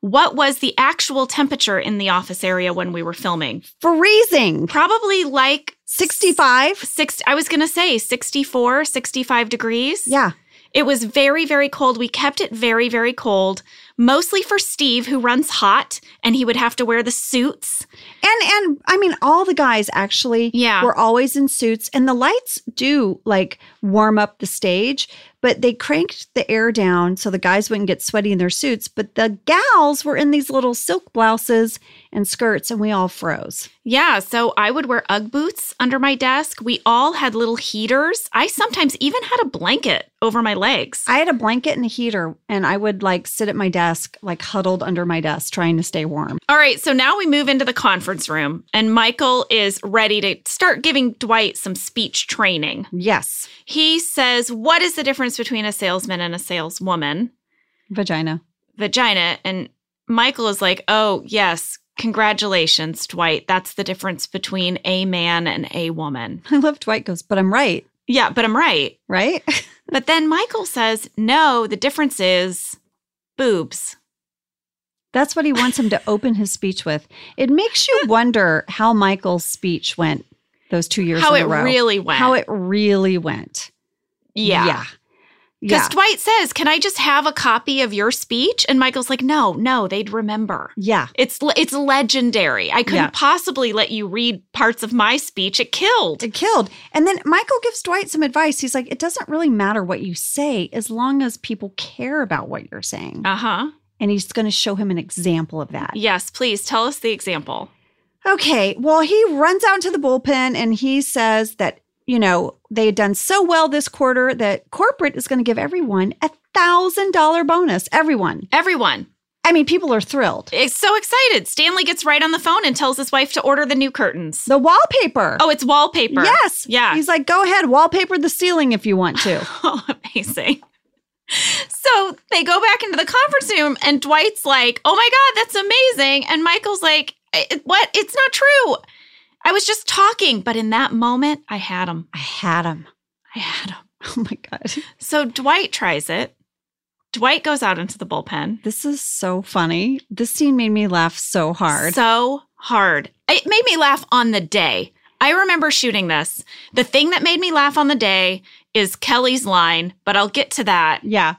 S2: What was the actual temperature in the office area when we were filming?
S1: Freezing.
S2: Probably like
S1: 65?
S2: six i was gonna say 64 65 degrees
S1: Yeah.
S2: it was very very cold we kept it very very cold mostly for steve who runs hot and he would have to wear the suits
S1: And and I mean all the guys actually
S2: Yeah.
S1: were always in suits and the lights do like warm up the stage, but they cranked the air down so the guys wouldn't get sweaty in their suits, but the gals were in these little silk blouses and skirts and we all froze.
S2: yeah so i would wear ugg boots under my desk we all had little heaters i sometimes even had a blanket over my legs
S1: I had a blanket and a heater, and I would like sit at my desk, like huddled under my desk, trying to stay warm.
S2: all right so now we move into the conference room and michael is ready to start giving dwight some speech training
S1: Yes,
S2: he says what is the difference between a salesman and a saleswoman
S1: vagina. [laughs]
S2: vagina. And Michael is like, oh, yes, congratulations, Dwight. That's the difference between a man and a woman.
S1: I love Dwight goes, but I'm right,
S2: Yeah, but I'm right.
S1: right? [laughs]
S2: But then Michael says, no, the difference is boobs.
S1: That's what he wants him to open his speech with. It makes
S2: [laughs]
S1: you wonder how Michael's speech went those two years
S2: How
S1: in
S2: it
S1: a row.
S2: really went.
S1: How it really went.
S2: yeah.
S1: Yeah.
S2: Because
S1: Yeah.
S2: Dwight says, can I just have a copy of your speech? And Michael's like, no, no, they'd remember.
S1: yeah.
S2: It's le- it's legendary. I couldn't
S1: Yeah.
S2: possibly let you read parts of my speech. It killed.
S1: It killed. And then Michael gives Dwight some advice. He's like, it doesn't really matter what you say as long as people care about what you're saying.
S2: Uh huh.
S1: and he's going to show him an example of that.
S2: Yes, please tell us the example.
S1: Okay. Well, he runs out to the bullpen and he says that, you know, they had done so well this quarter that corporate is going to give everyone a thousand dollar bonus. Everyone.
S2: Everyone,
S1: I mean, people are thrilled.
S2: It's so excited. Stanley gets right on the phone and tells his wife to order the new curtains.
S1: The wallpaper.
S2: Oh, it's wallpaper.
S1: yes.
S2: Yeah.
S1: He's like, go ahead, wallpaper the ceiling if you want to.
S2: [laughs] Oh, amazing. So they go back into the conference room, and Dwight's like, Oh my God, that's amazing. And Michael's like, "I- What? It's not true. I was just talking. But in that moment, I had him.
S1: [sighs] I had him.
S2: I had him.
S1: [laughs] Oh my God.
S2: So Dwight tries it. Dwight goes out into the bullpen.
S1: This is so funny. This scene made me laugh so hard.
S2: So hard. It made me laugh on the day. I remember shooting this. The thing that made me laugh on the day is Kelly's line, but I'll get
S1: [laughs]
S2: to that.
S1: yeah.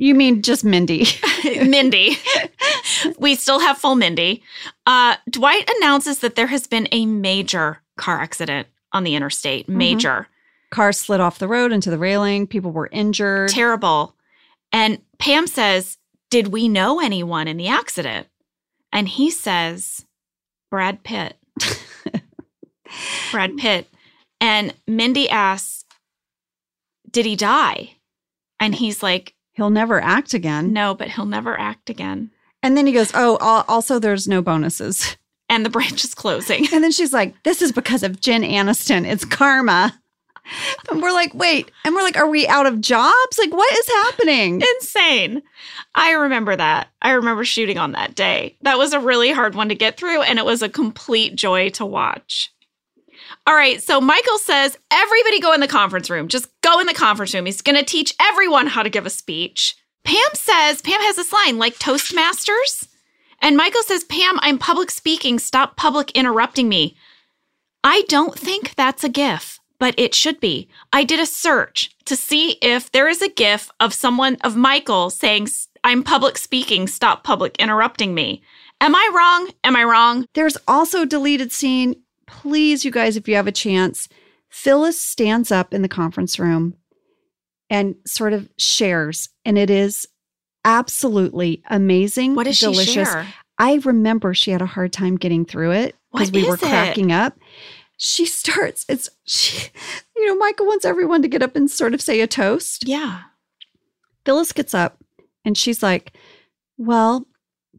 S1: You mean just Mindy? [laughs]
S2: Mindy. we still have full Mindy. Uh, Dwight announces that there has been a major car accident on the interstate. Major.
S1: Car slid off the road into the railing. People were injured.
S2: Terrible. And Pam says, Did we know anyone in the accident? And he says, Brad Pitt. Brad Pitt. And Mindy asks, Did he die? And he's like,
S1: He'll never act again.
S2: No, but he'll never act again.
S1: And then he goes, Oh, al- also, there's no bonuses. [laughs]
S2: And the branch is closing.
S1: And then she's like, This is because of Jen Aniston. It's karma. [laughs] And we're like, Wait. And we're like, Are we out of jobs? Like, what is happening?
S2: Insane. I remember that. I remember shooting on that day. That was a really hard one to get through, and it was a complete joy to watch. All right, so Michael says, everybody go in the conference room. Just go in the conference room. He's going to teach everyone how to give a speech. Pam says, Pam has this line like Toastmasters. And Michael says, Pam, I'm public speaking. Stop public interrupting me. I don't think that's a GIF, but it should be. I did a search to see if there is a GIF of someone, of Michael saying, I'm public speaking. Stop public interrupting me. Am I wrong? Am I wrong?
S1: There's also a deleted scene. Please, you guys, if you have a chance, Phyllis stands up in the conference room and sort of shares. And it is absolutely amazing.
S2: What is
S1: delicious.
S2: she share?
S1: I remember she had a hard time getting through it because
S2: What
S1: we were
S2: is it?
S1: cracking up. She starts, it's, she, you know, Michael wants everyone to get up and sort of say a toast.
S2: Yeah.
S1: Phyllis gets up and she's like, "Well,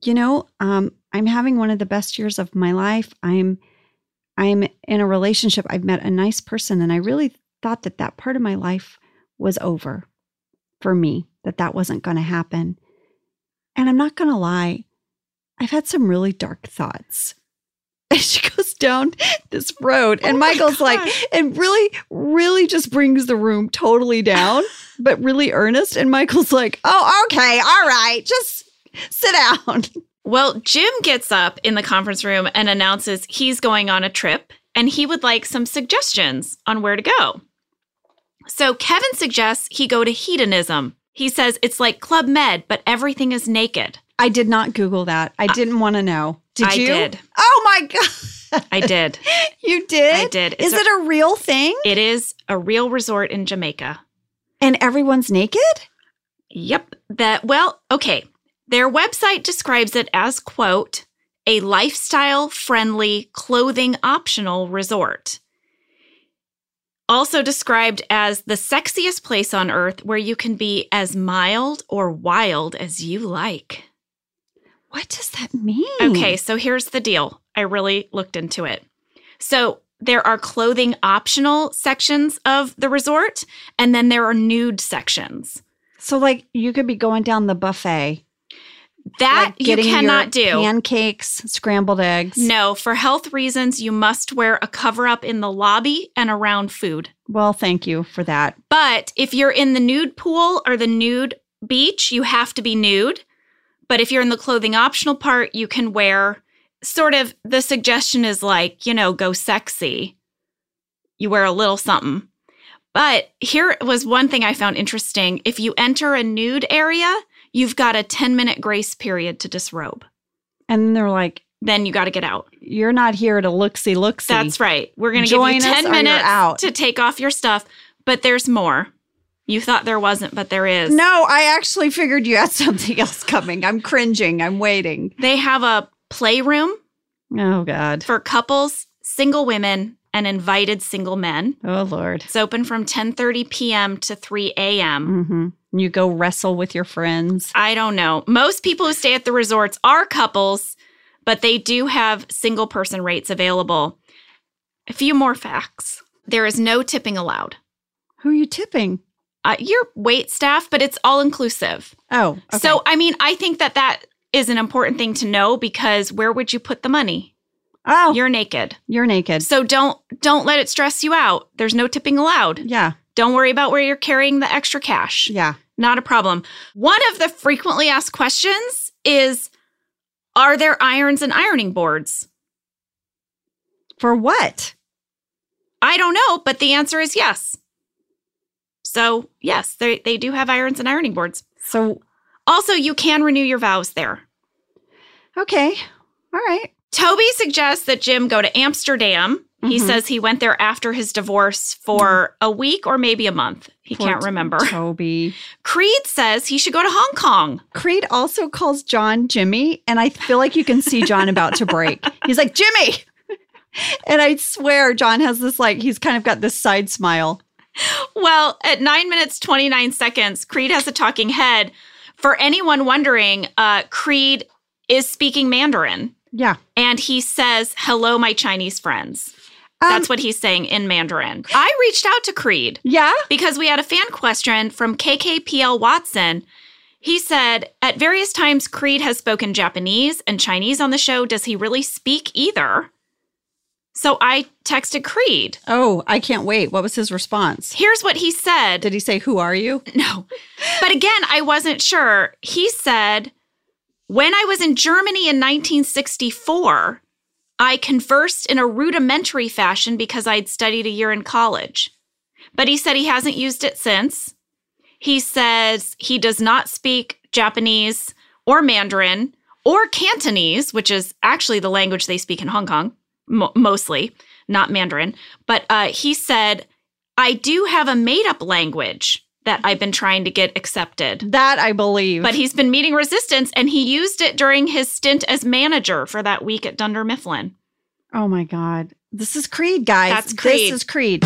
S1: you know, um, I'm having one of the best years of my life. I'm, I'm in a relationship. I've met a nice person, and I really thought that that part of my life was over for me. That that wasn't going to happen. And I'm not going to lie, I've had some really dark thoughts." [laughs] And she goes down this road, and
S2: Oh my
S1: Michael's like,
S2: gosh.
S1: and really, really just brings the room totally [laughs] down, but really earnest. And Michael's like, oh, okay, all right, just sit down.
S2: Well, Jim gets up in the conference room and announces he's going on a trip and he would like some suggestions on where to go. So Kevin suggests he go to hedonism. He says it's like Club Med, but everything is naked.
S1: I did not Google that. I didn't want to know. Did
S2: I
S1: you?
S2: did.
S1: Oh my God. [laughs]
S2: I did. [laughs]
S1: You did?
S2: I did.
S1: Is
S2: It's
S1: it a real thing?
S2: It is a real resort in Jamaica.
S1: And everyone's naked?
S2: Yep. That well, okay. Their website describes it as quote, a lifestyle friendly clothing optional resort. Also described as the sexiest place on earth where you can be as mild or wild as you like.
S1: What does that mean?
S2: Okay, so here's the deal. I really looked into it. So there are clothing optional sections of the resort, and then there are nude sections.
S1: So, like, you could be going down the buffet.
S2: That
S1: like
S2: you
S1: getting your
S2: cannot do.
S1: Pancakes, scrambled eggs.
S2: no, for health reasons, you must wear a cover up in the lobby and around food.
S1: Well, thank you for that.
S2: But if you're in the nude pool or the nude beach, you have to be nude. But if you're in the clothing optional part, you can wear sort of the suggestion is like, you know, go sexy. You wear a little something. But here was one thing I found interesting. If you enter a nude area, you've got a 10 minute grace period to disrobe.
S1: And they're like,
S2: Then you got to get out.
S1: you're not here to look see, look see.
S2: That's right. We're going to give you
S1: Join us
S2: 10
S1: or you're
S2: minutes
S1: out.
S2: to take off your stuff, but there's more. You thought there wasn't, but there is.
S1: No, I actually figured you had [laughs] something else coming. I'm cringing. I'm waiting.
S2: They have a playroom
S1: Oh, God.
S2: for couples, single women, and invited single men.
S1: Oh, Lord.
S2: It's open from 10:30 p.m. to 3 a.m.
S1: Mm-hmm. You go wrestle with your friends.
S2: I don't know. Most people who stay at the resorts are couples, but they do have single person rates available. A few more facts. There is no tipping allowed.
S1: Who are you tipping?
S2: Uh, your wait staff, but it's all inclusive.
S1: Oh, okay.
S2: So, I mean, I think that that is an important thing to know because where would you put the money?
S1: oh, you're,
S2: You're naked.
S1: naked.
S2: So don't don't let it stress you out. There's no tipping allowed.
S1: Yeah,
S2: Don't worry about where you're carrying the extra cash.
S1: yeah.
S2: Not a problem. One of the frequently asked questions is are there irons and ironing boards?
S1: For what?
S2: I don't know, but the answer is yes. So, yes, they, they do have irons and ironing boards.
S1: So,
S2: Also, you can renew your vows there.
S1: okay. All right.
S2: Toby suggests that Jim go to Amsterdam. He
S1: Mhm.
S2: says he went there after his divorce for a week or maybe a month. He
S1: Poor
S2: can't
S1: t-
S2: remember.
S1: [laughs] Toby.
S2: Creed says he should go to Hong Kong.
S1: Creed also calls John Jimmy, and I feel like you can see John about to
S2: [laughs]
S1: break. He's like, [laughs] Jimmy. And I swear, John has this like, he's kind of got this side smile.
S2: Well, at nine minutes, 29 seconds, Creed has a talking head. For anyone wondering, uh, Creed is speaking Mandarin
S5: Yeah.
S2: and he says, Hello, my Chinese friends.
S5: Um,
S2: That's what he's saying in Mandarin. I reached out to Creed
S5: yeah.
S2: because we had a fan question from KKPL Watson. He said, At various times, Creed has spoken Japanese and Chinese on the show. Does he really speak either? So I texted Creed.
S5: Oh, I can't wait. What was his response?
S2: Here's what he said. [laughs]
S5: Did he say, Who are you?
S2: No. But again, I wasn't sure. He said, When I was in Germany in 1964, I conversed in a rudimentary fashion because I'd studied a year in college. But he said he hasn't used it since. He says he does not speak Japanese or Mandarin or Cantonese, which is actually the language they speak in Hong Kong, mo- mostly, not Mandarin. But uh, he said, I do have a made up language that I've been trying to get accepted.
S5: That I believe.
S2: But he's been meeting resistance and he used it during his stint as manager for that week at Dunder Mifflin.
S5: oh my God. This is Creed, guys.
S2: That's Creed.
S5: This is Creed.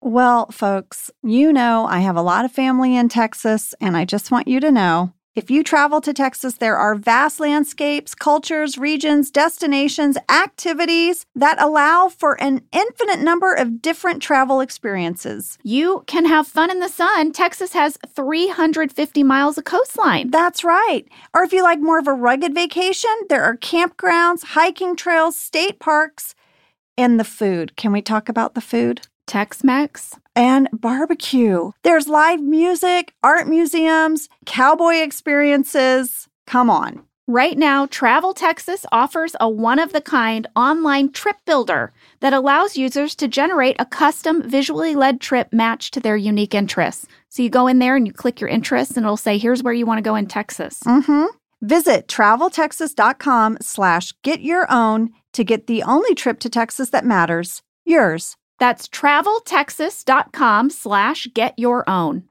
S1: Well, folks, you know I have a lot of family in Texas, and I just want you to know if you travel to Texas, there are vast landscapes, cultures, regions, destinations, activities that allow for an infinite number of different travel experiences.
S6: You can have fun in the sun. Texas has 350 miles of coastline.
S1: That's right. Or if you like more of a rugged vacation, there are campgrounds, hiking trails, state parks, and the food. Can we talk about the food?
S6: Tex Mex.
S1: and barbecue. There's live music, art museums, cowboy experiences. Come on.
S6: Right now, Travel Texas offers a one of the kind online trip builder that allows users to generate a custom visually led trip matched to their unique interests. So you go in there and you click your interests, and it'll say, here's where you want to go in Texas.
S1: Mm-hmm. Visit traveltexas.com slash get your own to get the only trip to Texas that matters, yours.
S6: That's traveltexas.com slash get your own.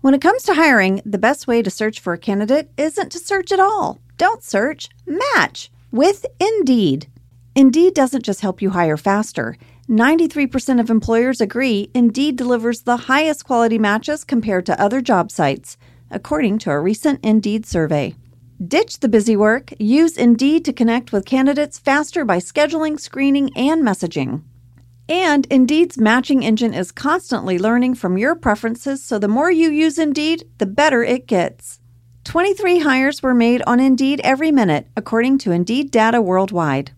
S1: When it comes to hiring, the best way to search for a candidate isn't to search at all. Don't search, match with Indeed. Indeed doesn't just help you hire faster. 93% of employers agree Indeed delivers the highest quality matches compared to other job sites, according to a recent Indeed survey. Ditch the busy work. Use Indeed to connect with candidates faster by scheduling, screening, and messaging. And Indeed's matching engine is constantly learning from your preferences, so the more you use Indeed, the better it gets. 23 hires were made on Indeed every minute, according to Indeed data worldwide.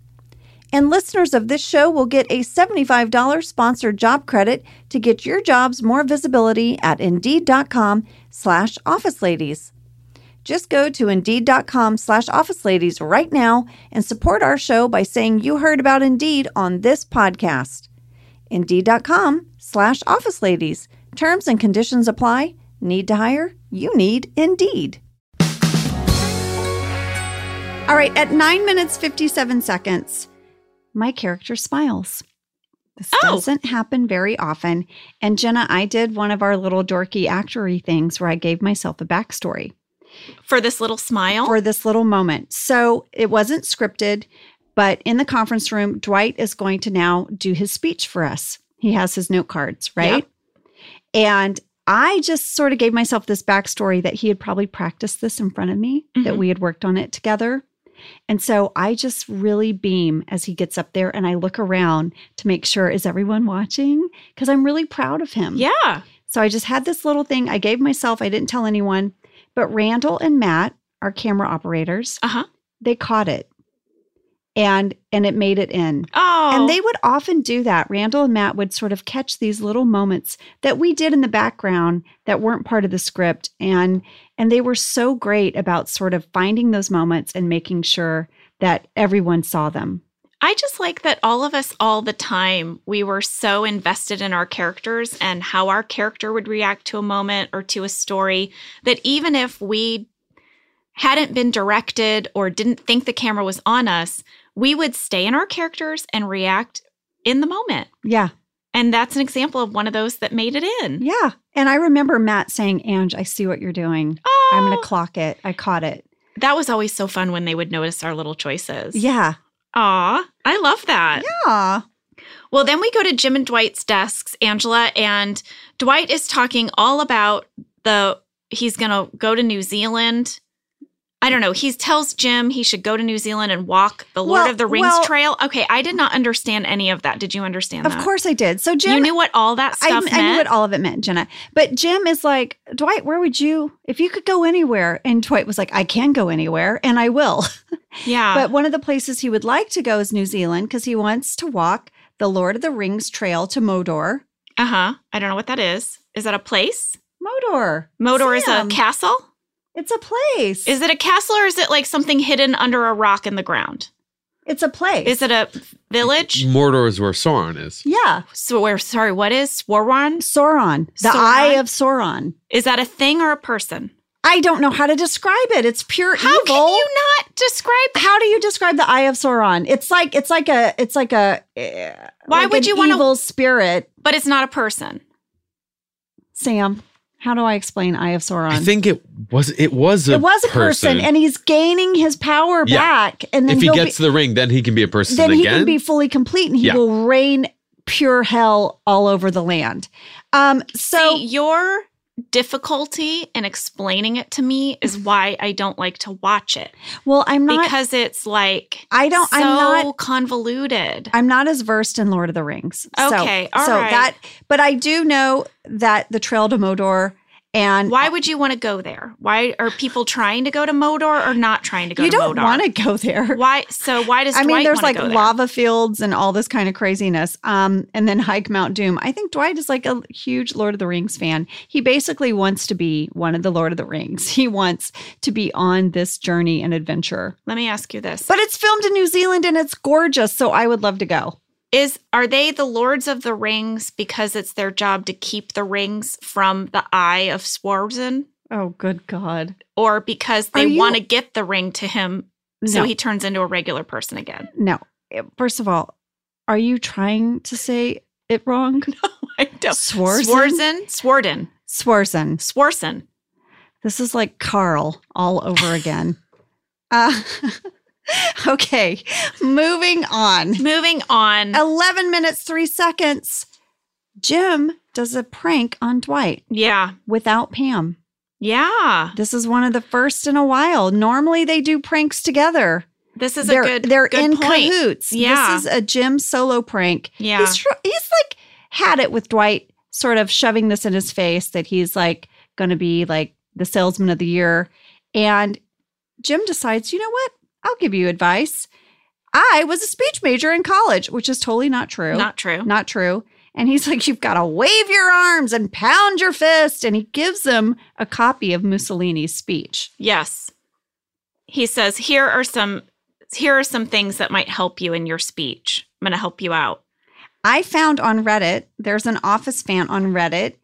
S1: And listeners of this show will get a $75 sponsored job credit to get your jobs more visibility at Indeed.com slash Office Ladies. Just go to Indeed.com slash Office Ladies right now and support our show by saying you heard about Indeed on this podcast. Indeed.com slash office ladies. Terms and conditions apply. Need to hire? You need Indeed.
S5: All right. At nine minutes, 57 seconds, my character smiles. This
S2: Oh.
S5: doesn't happen very often. And Jenna, I did one of our little dorky actory things where I gave myself a backstory.
S2: For this little smile,
S5: for this little moment. So it wasn't scripted, but in the conference room, Dwight is going to now do his speech for us. He has his note cards, right? And I just sort of gave myself this backstory that he had probably practiced this in front of me, that
S2: Mhm.
S5: we had worked on it together. And so I just really beam as he gets up there and I look around to make sure is everyone watching? Because I'm really proud of him.
S2: yeah.
S5: So I just had this little thing I gave myself, I didn't tell anyone, but Randall and Matt, our camera operators,
S2: Uh-huh.
S5: they caught it. And and it made it in.
S2: Oh,
S5: And they would often do that. Randall and Matt would sort of catch these little moments that we did in the background that weren't part of the script and and they were so great about sort of finding those moments and making sure that everyone saw them.
S2: I just like that all of us all the time, we were so invested in our characters and how our character would react to a moment or to a story that even if we hadn't been directed or didn't think the camera was on us, we would stay in our characters and react in the moment.
S5: Yeah.
S2: And that's an example of one of those that made it in.
S5: Yeah. And I remember Matt saying, "Ange, I see what you're doing.
S2: Oh,
S5: I'm going to clock it. I caught it."
S2: that was always so fun when they would notice our little choices.
S5: Yeah.
S2: Aw, I love that.
S5: Aw. Well, then we go to Jim and Dwight's desks, Angela, and Dwight is talking all about the he's going to go to New Zealand. I don't know. He tells Jim he should go to New Zealand and walk the Lord
S1: Well-
S5: of the Rings
S1: well-
S5: trail. Okay, I did not understand any of that. Did you understand
S1: Of
S5: that?
S1: course I did. So Jim
S5: you knew what all that
S1: I,
S5: stuff
S1: I knew
S5: meant.
S1: what all of it meant, Jenna. But Jim is like, Dwight, where would you, if you could go anywhere? And Dwight was like, I can go anywhere and I will.
S5: yeah.
S1: But one of the places he would like to go is New Zealand because he wants to walk the Lord of the Rings trail to Modor.
S5: uh huh. I don't know what that is. Is that a place?
S1: Modor.
S5: Modor is a
S1: Sam,
S5: castle.
S1: It's a place.
S5: Is it a castle or is it like something hidden under a rock in the ground?
S1: It's a place.
S5: Is it a village?
S3: Mordor is where Sauron is.
S1: yeah.
S5: So where? Sorry, what is Swarwan?
S1: Sauron. The
S5: Sauron?
S1: Eye of Sauron.
S5: Is that a thing or a person?
S1: I don't know how to describe it. It's pure
S5: How
S1: evil.
S5: can you not describe?
S1: how do you describe the Eye of Sauron? It's like it's like a it's like a eh,
S5: Why
S1: like
S5: would
S1: an
S5: you wanna-
S1: evil spirit
S5: But it's not a person.
S1: Sam, how do I explain Eye of Sauron?
S3: I think it was it was a
S1: it was a person, and he's gaining his power
S3: Yeah.
S1: back, and then
S3: if he
S1: will
S3: gets
S1: be,
S3: the ring, then he can be a person
S1: then
S3: again.
S1: he can be fully complete, and he
S3: Yeah.
S1: will reign pure hell all over the land. Um, so
S5: See, your difficulty in explaining it to me is why I don't like to watch it
S1: well, I'm not.
S5: because it's like
S1: I don't.
S5: so
S1: I'm not.
S5: convoluted.
S1: I'm not as versed in Lord of the Rings.
S5: Okay,
S1: so,
S5: all
S1: so
S5: right.
S1: that, but I do know that the Trail to Modor and
S5: Why would you want to go there? Why are people trying to go to Modor or not trying to go
S1: you
S5: to
S1: don't
S5: Modor?
S1: want to go there.
S5: Why? So why does
S1: I mean,
S5: Dwight
S1: there's
S5: wanna
S1: like
S5: go there?
S1: lava fields and all this kind of craziness. Um, and then hike Mount Doom. I think Dwight is like a huge Lord of the Rings fan. He basically wants to be one of the Lord of the Rings. [laughs] He wants to be on this journey and adventure.
S5: Let me ask you this:
S1: But it's filmed in New Zealand and it's gorgeous, so I would love to go.
S5: Is are they the Lords of the Rings because it's their job to keep the rings from the eye of Swarzin,
S1: Oh, good God!
S5: or because they
S1: Are you-
S5: want to get the ring to him
S1: No,
S5: so he turns into a regular person again? [laughs]
S1: no. Eh, First of all, are you trying to say it
S5: [laughs]
S1: wrong?
S5: I don't.
S1: Swarzen?
S5: Swarzen, Swarden,
S1: Swarson.
S5: Swarson.
S1: This is like Carl all over again. [laughs] uh, [laughs] okay, moving on.
S5: Moving on.
S1: 11 minutes, three seconds. Jim does a prank on Dwight
S5: Yeah,
S1: without Pam.
S5: yeah.
S1: This is one of the first in a while. Normally they do pranks together.
S5: This is
S1: they're
S5: a good.
S1: they're
S5: good
S1: in
S5: point.
S1: cahoots.
S5: Yeah.
S1: This is a Jim solo prank.
S5: Yeah.
S1: He's, tr- he's like had it with Dwight, sort of shoving this in his face that he's like going to be like the salesman of the year. And Jim decides, you know what? I'll give you advice. I was a speech major in college, which is totally not true.
S5: Not true.
S1: Not true. And he's like, you've got to wave your arms and pound your fist. And he gives him a copy of Mussolini's speech.
S5: Yes. He says, "Here are some here are some things that might help you in your speech. I'm going to help you out."
S1: I found on Reddit, there's an office fan on Reddit,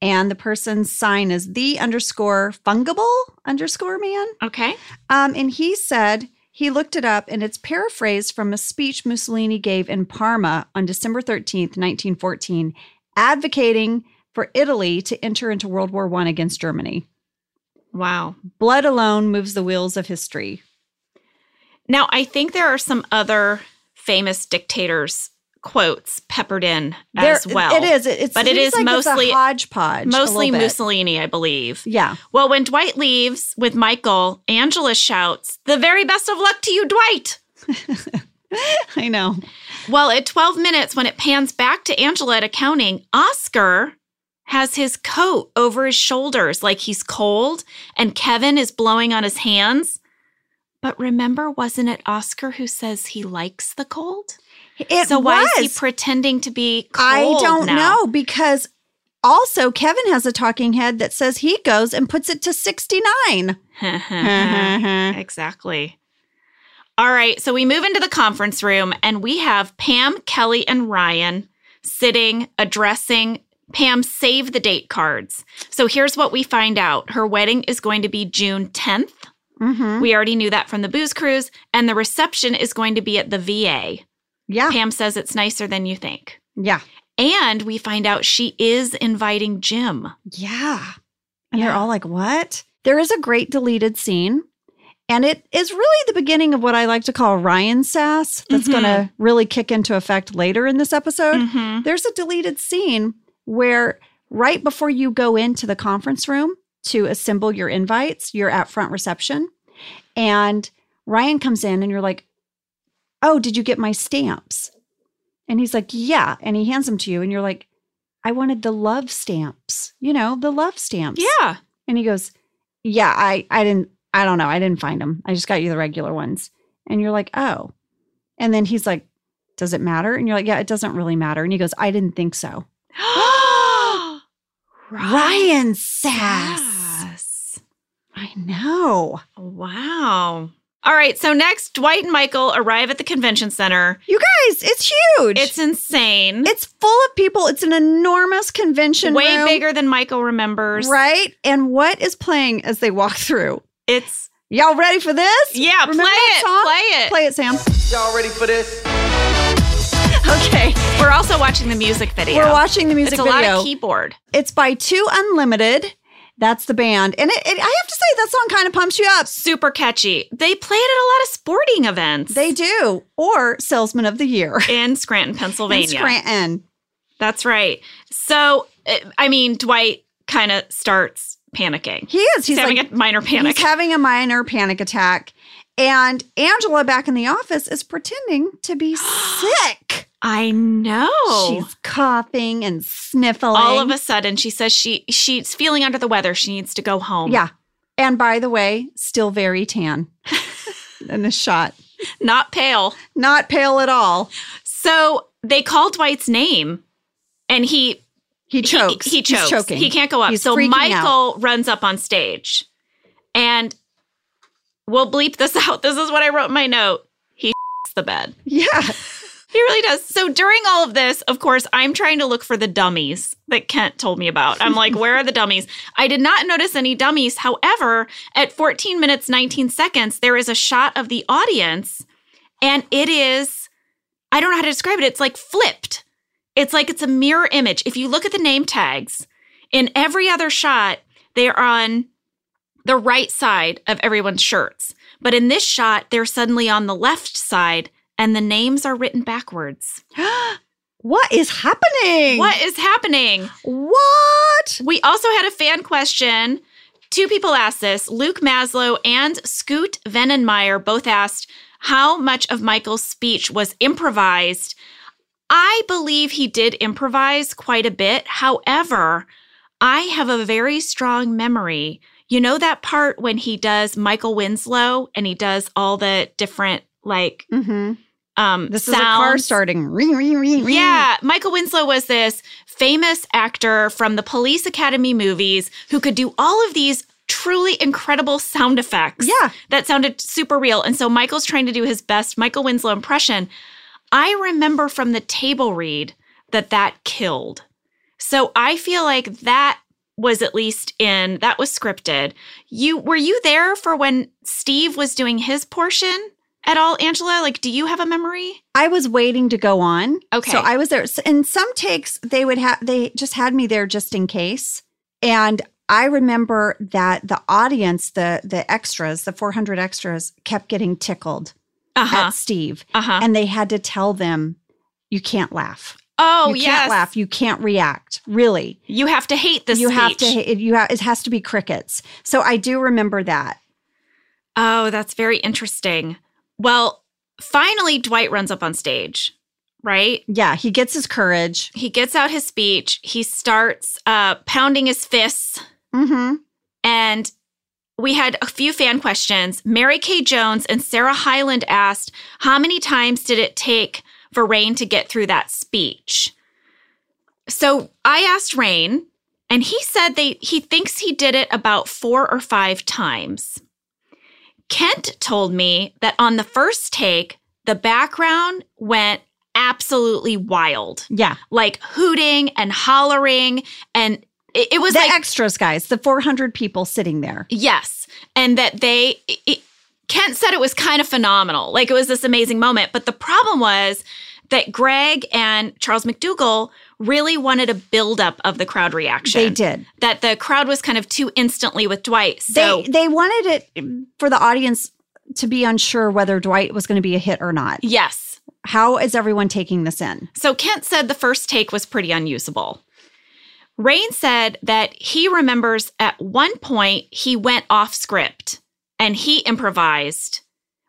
S1: and the person's sign is the underscore fungible underscore man.
S5: Okay?
S1: Um, and he said he looked it up, and it's paraphrased from a speech Mussolini gave in Parma on December 13th, 1914, advocating for Italy to enter into World War I against Germany.
S5: Wow.
S1: Blood alone moves the wheels of history.
S5: Now, I think there are some other famous dictators quotes peppered in as
S1: There-
S5: well.
S1: It is. It, it
S5: But it
S1: seems
S5: is
S1: like it's a
S5: mostly-
S1: hodgepodge. a
S5: Mostly
S1: little bit.
S5: Mussolini, I believe.
S1: Yeah.
S5: [laughs] Well, when Dwight leaves with Michael, Angela shouts, The very best of luck to you, Dwight.
S1: I know.
S5: Well, at 12 minutes, when it pans back to Angela at accounting, Oscar has his coat over his shoulders like he's cold, and Kevin is blowing on his hands. But remember, wasn't it Oscar who says he likes the cold?
S1: It
S5: so why is he
S1: was.
S5: pretending to be cold?
S1: I don't
S5: now?
S1: know because also Kevin has a talking head that says he goes and puts it to 69.
S5: [laughs] Uh-huh. exactly. All right, so we move into the conference room and we have Pam, Kelly, and Ryan sitting addressing Pam save the date cards. So here's what we find out. Her wedding is going to be June 10th.
S1: Mhm.
S5: We already knew that from the booze cruise and the reception is going to be at the VA.
S1: Yeah.
S5: Pam says it's nicer than you think.
S1: Yeah.
S5: And we find out she is inviting Jim.
S1: Yeah. And
S5: Yeah.
S1: they're all like, what? There is a great deleted scene. And it is really the beginning of what I like to call Ryan sass that's
S5: Mhm.
S1: going to really kick into effect later in this episode.
S5: Mhm.
S1: There's a deleted scene where, right before you go into the conference room to assemble your invites, you're at front reception. And Ryan comes in and you're like, Oh, did you get my stamps? And he's like, Yeah. And he hands them to you. And you're like, I wanted the love stamps, you know, the love stamps.
S5: Yeah. [gasps]
S1: And he goes, "Yeah, I I didn't I don't know. I didn't find them. I just got you the regular ones." And you're like, "Oh." And then he's like, "Does it matter?" And you're like, "Yeah, it doesn't really matter." And he goes, "I didn't think so." Ryan Sass.
S5: Yes.
S1: I know.
S5: Wow. All right. So next, Dwight and Michael arrive at the convention center.
S1: You guys, it's huge.
S5: It's insane.
S1: it's full of people. It's an enormous convention
S5: way
S1: room,
S5: bigger than Michael remembers.
S1: right? And what is playing as they walk through?
S5: It's
S1: Y'all ready for this?
S5: yeah. Play
S1: Remember that
S5: it.
S1: song?
S5: Play it.
S1: Play it, Sam.
S7: Y'all ready for this?
S5: Okay. We're also watching the music video.
S1: We're watching the music
S5: it's a
S1: video.
S5: lot of keyboard.
S1: It's by Two Unlimited. That's the band. And it, it, I have to say, that song kind of pumps you up.
S5: Super catchy. They play it at a lot of sporting events.
S1: They do. Or Salesman of the Year [laughs]
S5: in Scranton, Pennsylvania.
S1: in Scranton.
S5: That's right. So, uh, I mean, Dwight kind of starts panicking.
S1: He is. He's,
S5: He's, having
S1: like,
S5: a minor panic.
S1: He's having a minor panic attack. And Angela back in the office is pretending to
S5: [gasps]
S1: be sick.
S5: I know.
S1: She's coughing and sniffling.
S5: Oh. all of a sudden she says she she's feeling under the weather she needs to go home
S1: Yeah. And by the way, still very tan [laughs] in this shot.
S5: not pale
S1: Not pale at all.
S5: so they call dwight's name and he
S1: He
S5: he-
S1: chokes.
S5: he, chokes
S1: He's choking.
S5: he can't go up
S1: He's
S5: so
S1: freaking
S5: michael
S1: out.
S5: runs up on stage and we'll bleep this [laughs] out this is what i wrote in my note he [laughs] the bed
S1: [laughs] Yeah.
S5: he really does so during all of this of course i'm trying to look for the dummies that kent told me about i'm like where are the dummies i did not notice any dummies however at 14 minutes 19 seconds there is a shot of the audience and it is i don't know how to describe it it's like flipped it's like it's a mirror image if you look at the name tags in every other shot they're on the right side of everyone's shirts but in this shot they're suddenly on the left side and the names are written backwards
S1: What is happening?
S5: what is happening
S1: What?
S5: we also had a fan question two people asked this luke maslow and scoot venenmeyer both asked how much of michael's speech was improvised i believe he did improvise quite a bit however i have a very strong memory you know that part when he does michael winslow and he does all the different like
S1: Mm-hmm.
S5: um
S1: This is a car
S5: sounds?
S1: starting. Ring, ring, ring, ring.
S5: Yeah, Michael Winslow was this famous actor from the Police Academy movies who could do all of these truly incredible sound effects.
S1: Yeah.
S5: That sounded super real. And so Michael's trying to do his best Michael Winslow impression. I remember from the table read that that killed. So I feel like that was at least in that was scripted. You were you there for when Steve was doing his portion at all, Angela? Like do you have a memory?
S1: I was waiting to go on.
S5: Okay.
S1: So I was there. S- In some takes, they would have, they just had me there just in case. And I remember that the audience, the the extras, the 400 extras, kept getting tickled
S5: Uh-huh.
S1: at Steve,
S5: Uh-huh.
S1: and they had to tell them, "You can't laugh.
S5: Oh,
S1: you
S5: yes.
S1: can't laugh. You can't react. Really,
S5: You have to hate this.
S1: you have to. It, you ha- it has to be crickets." So I do remember that.
S5: Oh, that's very interesting. Well, finally, Dwight runs up on stage, right?
S1: Yeah, he gets his courage.
S5: He gets out his speech. He starts uh, pounding his fists,
S1: Mm-hmm.
S5: and we had a few fan questions. Mary Kay Jones and Sarah Hyland asked, "How many times did it take for Rain to get through that speech?" So I asked Rain, and he said they he thinks he did it about four or five times. Kent told me that on the first take, the background went absolutely wild,
S1: Yeah.
S5: like hooting and hollering, and it, it was
S1: the
S5: like
S1: extras guys, the 400 people sitting there.
S5: Yes. And that they, it- it, Kent said it was kind of phenomenal. Like it was this amazing moment. But the problem was that Greg and Charles McDougall really wanted a buildup of the crowd reaction.
S1: They did.
S5: That the crowd was kind of too instantly with Dwight. So
S1: they they wanted it for the audience to be unsure whether Dwight was going to be a hit or not.
S5: Yes.
S1: How is everyone taking this in?
S5: So Kent said the first take was pretty unusable. Rain said that he remembers at one point he went off script and he improvised,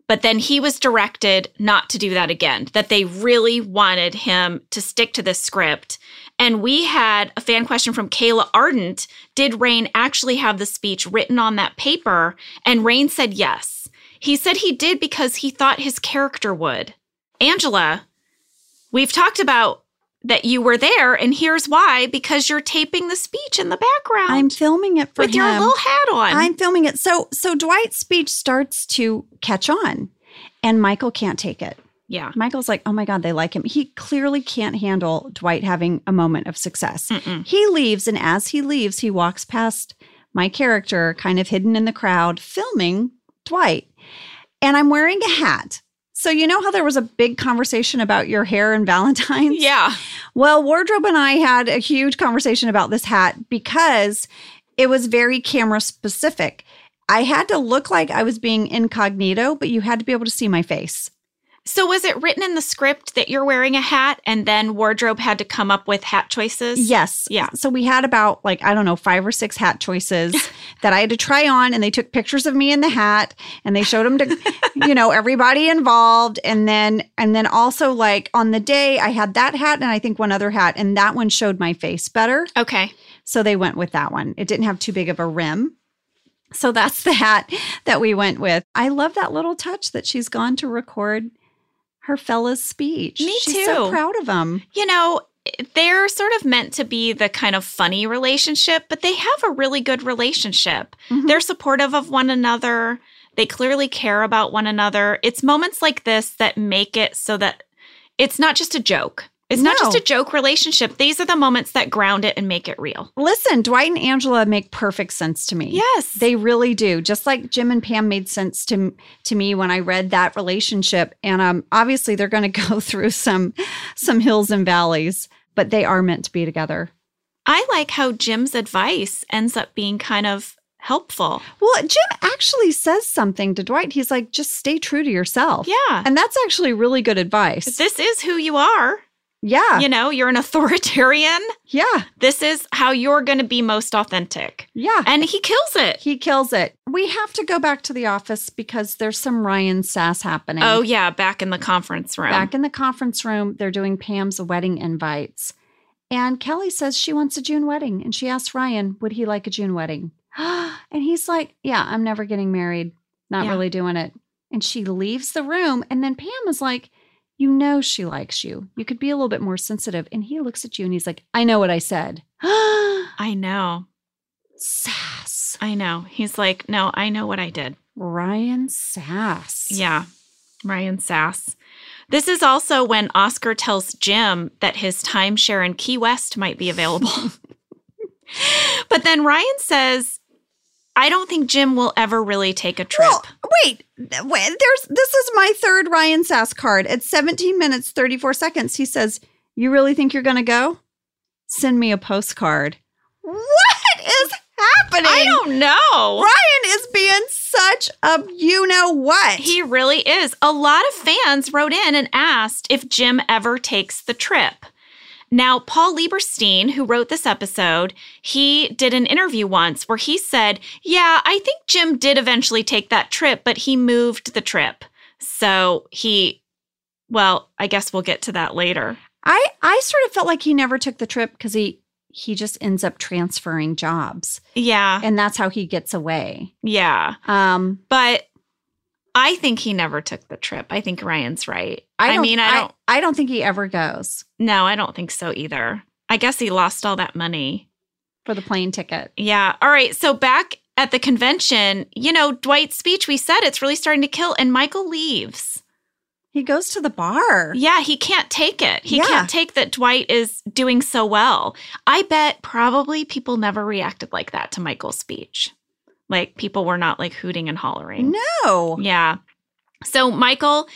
S5: but then he was directed not to do that again, that they really wanted him to stick to this script. And we had a fan question from Kayla Ardent Did Rain actually have the speech written on that paper? And Rain said yes. He said he did because he thought his character would. Angela, we've talked about that you were there, and here's why because you're taping the speech in the background
S1: I'm filming it for
S5: with
S1: him.
S5: your little hat on.
S1: I'm filming it. So so Dwight's speech starts to catch on and Michael can't take it.
S5: yeah.
S1: Michael's like, "Oh my god, they like him." He clearly can't handle Dwight having a moment of success.
S5: Mm-mm.
S1: He leaves and as he leaves, he walks past my character kind of hidden in the crowd filming Dwight. And I'm wearing a hat. So you know how there was a big conversation about your hair and Valentine's?
S5: Yeah.
S1: Well, Wardrobe and I had a huge conversation about this hat because it was very camera specific. I had to look like I was being incognito, but you had to be able to see my face.
S5: So was it written in the script that you're wearing a hat and then wardrobe had to come up with hat choices?
S1: Yes.
S5: Yeah.
S1: So we had about like, I don't know, five or six hat
S5: [laughs]
S1: choices that I had to try on, and they took pictures of me in the hat and they showed them to, you know, everybody involved. And then, and then also like on the day, I had that hat and I think one other hat, and that one showed my face better.
S5: Okay.
S1: So they went with that one. It didn't have too big of a rim. So that's the hat that we went with. I love that little touch that she's gone to record her fella's speech.
S5: Me
S1: she's so
S5: too.
S1: proud of him.
S5: You know, they're sort of meant to be the kind of funny relationship, but they have a really good relationship.
S1: Mhm.
S5: They're supportive of one another. They clearly care about one another. It's moments like this that make it so that it's not just a joke. It's not
S1: No.
S5: just a joke relationship. These are the moments that ground it and make it real.
S1: Listen, Dwight and Angela make perfect sense to me.
S5: Yes.
S1: They really do. Just like Jim and Pam made sense to to me when I read that relationship and um obviously they're going to [laughs] go through some some hills and valleys, but they are meant to be together.
S5: I like how Jim's advice ends up being kind of helpful.
S1: Well, Jim actually says something to Dwight. He's like, just stay true to yourself.
S5: Yeah.
S1: And that's actually really good advice.
S5: This is who you are.
S1: yeah.
S5: You know, you're an [laughs] authoritarian.
S1: Yeah.
S5: This is how you're going to be most authentic.
S1: Yeah.
S5: And he kills it.
S1: He kills it. We have to go back to the office because there's some Ryan sass happening.
S5: Oh, yeah, back in the conference room.
S1: Back in the conference room, they're doing Pam's wedding invites. And Kelly says she wants a June wedding. And she asks Ryan, would he like a June wedding? [gasps] and he's like, yeah, I'm never getting married. Not
S5: Yeah.
S1: really doing it. And she leaves the room. And then Pam is like, you know, she likes you. You could be a little bit more sensitive. And he looks at you and he's like, I know what I said. [gasps]
S5: I know.
S1: Sass.
S5: I know. He's like, no, I know what I did.
S1: Ryan Sass.
S5: Yeah. Ryan Sass. This is also when Oscar tells Jim that his timeshare in Key West might be available.
S1: [laughs]
S5: but then Ryan says, I don't think Jim will ever really take a trip.
S1: Well, wait, th- wait, there's this is my third Ryan Sass card. At 17 minutes 34 seconds, he says, "You really think you're going to go? Send me a postcard." What is happening?
S5: I don't know.
S1: Ryan is being such a you know what.
S5: He really is. A lot of fans wrote in and asked if Jim ever takes the trip. Now, Paul Lieberstein, who wrote this episode, he did an interview once where he said, Yeah, I think Jim did eventually take that trip, but he moved the trip. So he, well, I guess we'll get to that later.
S1: I I sort of felt like he never took the trip cuz he he just ends up transferring jobs
S5: Yeah.
S1: and that's how he gets away.
S5: Yeah.
S1: Um
S5: But I think he never took the trip. I think Ryan's right.
S1: I, don't-
S5: mean, I don't,
S1: I, I don't think he ever goes
S5: no, I don't think so either. I guess he lost all that money.
S1: for the plane ticket.
S5: Yeah. All right. So back at the convention, you know, Dwight's speech, we said it's really starting to kill, and Michael leaves.
S1: He goes to the bar.
S5: Yeah, he can't take it. He
S1: Yeah.
S5: can't take that Dwight is doing so well. I bet probably people never reacted like that to Michael's speech. Like people were not like hooting and hollering.
S1: No.
S5: Yeah. So Michael,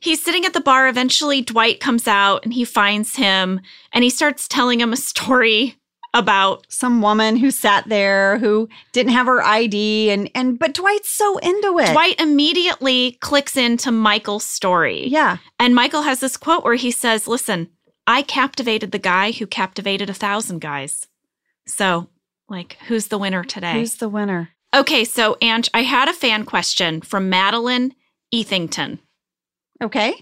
S5: he's sitting at the bar. Eventually, Dwight comes out and he finds him and he starts telling him a story about
S1: Some woman who sat there who didn't have her ID and and but Dwight's so into it.
S5: Dwight immediately clicks into Michael's story.
S1: Yeah.
S5: And Michael has this quote where he says, Listen, I captivated the guy who captivated a thousand guys. So, like, who's the winner today?
S1: Who's the winner?
S5: okay, so, Ange, I had a fan question from Madeline Ethington.
S1: Okay.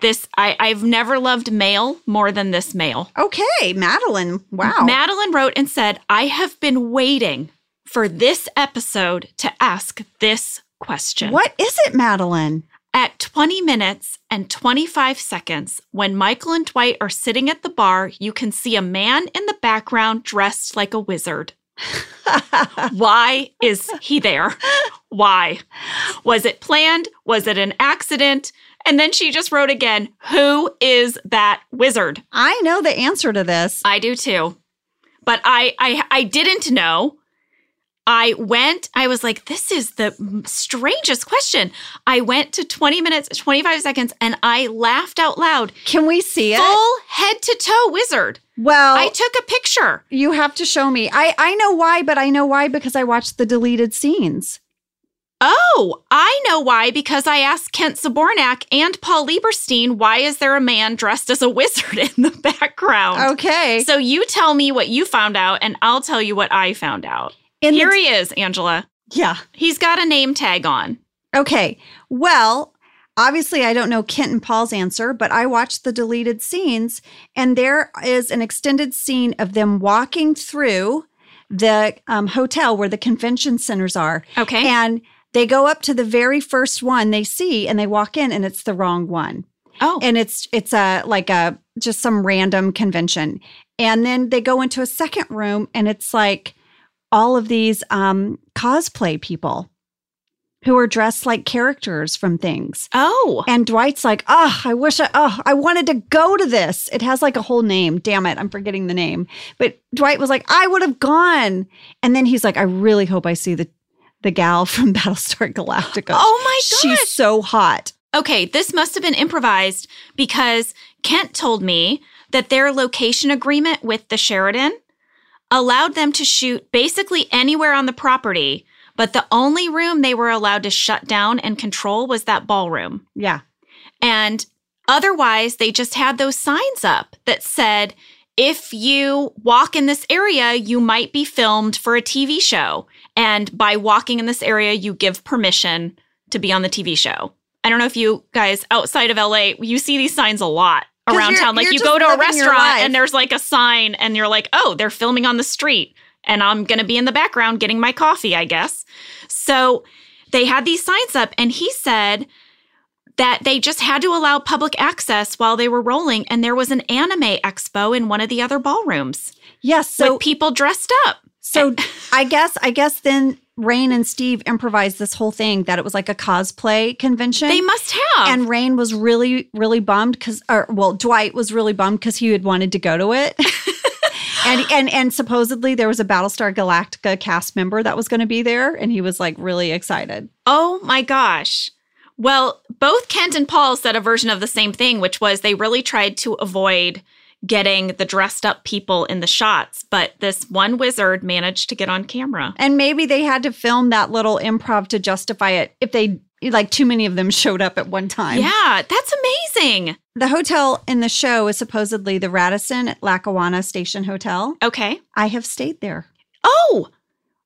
S5: This, I, I've never loved mail more than this mail.
S1: Okay, Madeline. Wow.
S5: Madeline wrote and said, I have been waiting for this episode to ask this question.
S1: what is it, Madeline?
S5: At 20 minutes and 25 seconds, when Michael and Dwight are sitting at the bar, you can see a man in the background dressed like a wizard. Why is he there? Why? Was it planned? Was it an accident? And then she just wrote again, Who is that wizard?
S1: I know the answer to this.
S5: I do too. But I I I didn't know. I went, I was like, this is the strangest question. I went to 20 minutes, 25 seconds, and I laughed out loud.
S1: Can we see it?
S5: Full head to toe wizard.
S1: Well,
S5: I took a picture.
S1: you have to show me. I I know why, but I know why because I watched the deleted scenes.
S5: Oh, I know why, because I asked Kent Sabornak and Paul Lieberstein, why is there a man dressed as a wizard in the background?
S1: Okay.
S5: So you tell me what you found out, and I'll tell you what I found out.
S1: In the-
S5: Here he is, Angela.
S1: yeah.
S5: He's got a name tag on.
S1: Okay. Well, obviously, I don't know Kent and Paul's answer, but I watched the deleted scenes, and there is an extended scene of them walking through the um, hotel where the convention centers are.
S5: Okay.
S1: And they go up to the very first one they see, and they walk in, and it's the wrong one
S5: oh,
S1: and it's it's a like a just some random convention and then they go into a second room and it's like all of these um cosplay people who are dressed like characters from things
S5: oh,
S1: and Dwight's like, oh, I wish I, oh, I wanted to go to this. It has like a whole name. Damn it. I'm forgetting the name. But Dwight was like, I would have gone. And then he's like, I really hope I see the, the gal from [laughs] Battlestar Galactica.
S5: Oh my gosh.
S1: She's so hot.
S5: okay. This must have been improvised because Kent told me that their location agreement with the Sheridan allowed them to shoot basically anywhere on the property, but the only room they were allowed to shut down and control was that ballroom.
S1: Yeah.
S5: And otherwise, they just had those signs up that said, if you walk in this area, you might be filmed for a TV show. And by walking in this area, you give permission to be on the TV show. I don't know if you guys outside of LA, you see these signs a lot
S1: 'Cause
S5: around
S1: you're-
S5: town. Like
S1: you're
S5: you
S1: just
S5: go to a
S1: living your
S5: restaurant
S1: life.
S5: and there's like a sign, and you're like, oh, they're filming on the street, and I'm going to be in the background getting my coffee, I guess. So they had these signs up, and he said, that they just had to allow public access while they were rolling, and there was an anime expo in one of the other ballrooms
S1: Yes. So
S5: with people dressed up. [laughs]
S1: So I guess I guess then Rain and Steve improvised this whole thing that it was like a cosplay convention.
S5: They must have.
S1: and Rain was really really bummed because or well Dwight was really bummed because he had wanted to go to
S5: [laughs]
S1: it. And, and and supposedly there was a Battlestar Galactica cast member that was going to be there, and he was like really excited.
S5: Oh my gosh. Well, both Kent and Paul said a version of the same thing, which was they really tried to avoid getting the dressed up people in the shots, but this one wizard managed to get on camera.
S1: And maybe they had to film that little improv to justify it if they like too many of them [laughs] showed up at one time.
S5: Yeah, that's amazing.
S1: The hotel in the show is supposedly the Radisson at Lackawanna Station Hotel.
S5: Okay.
S1: I have stayed there.
S5: Oh,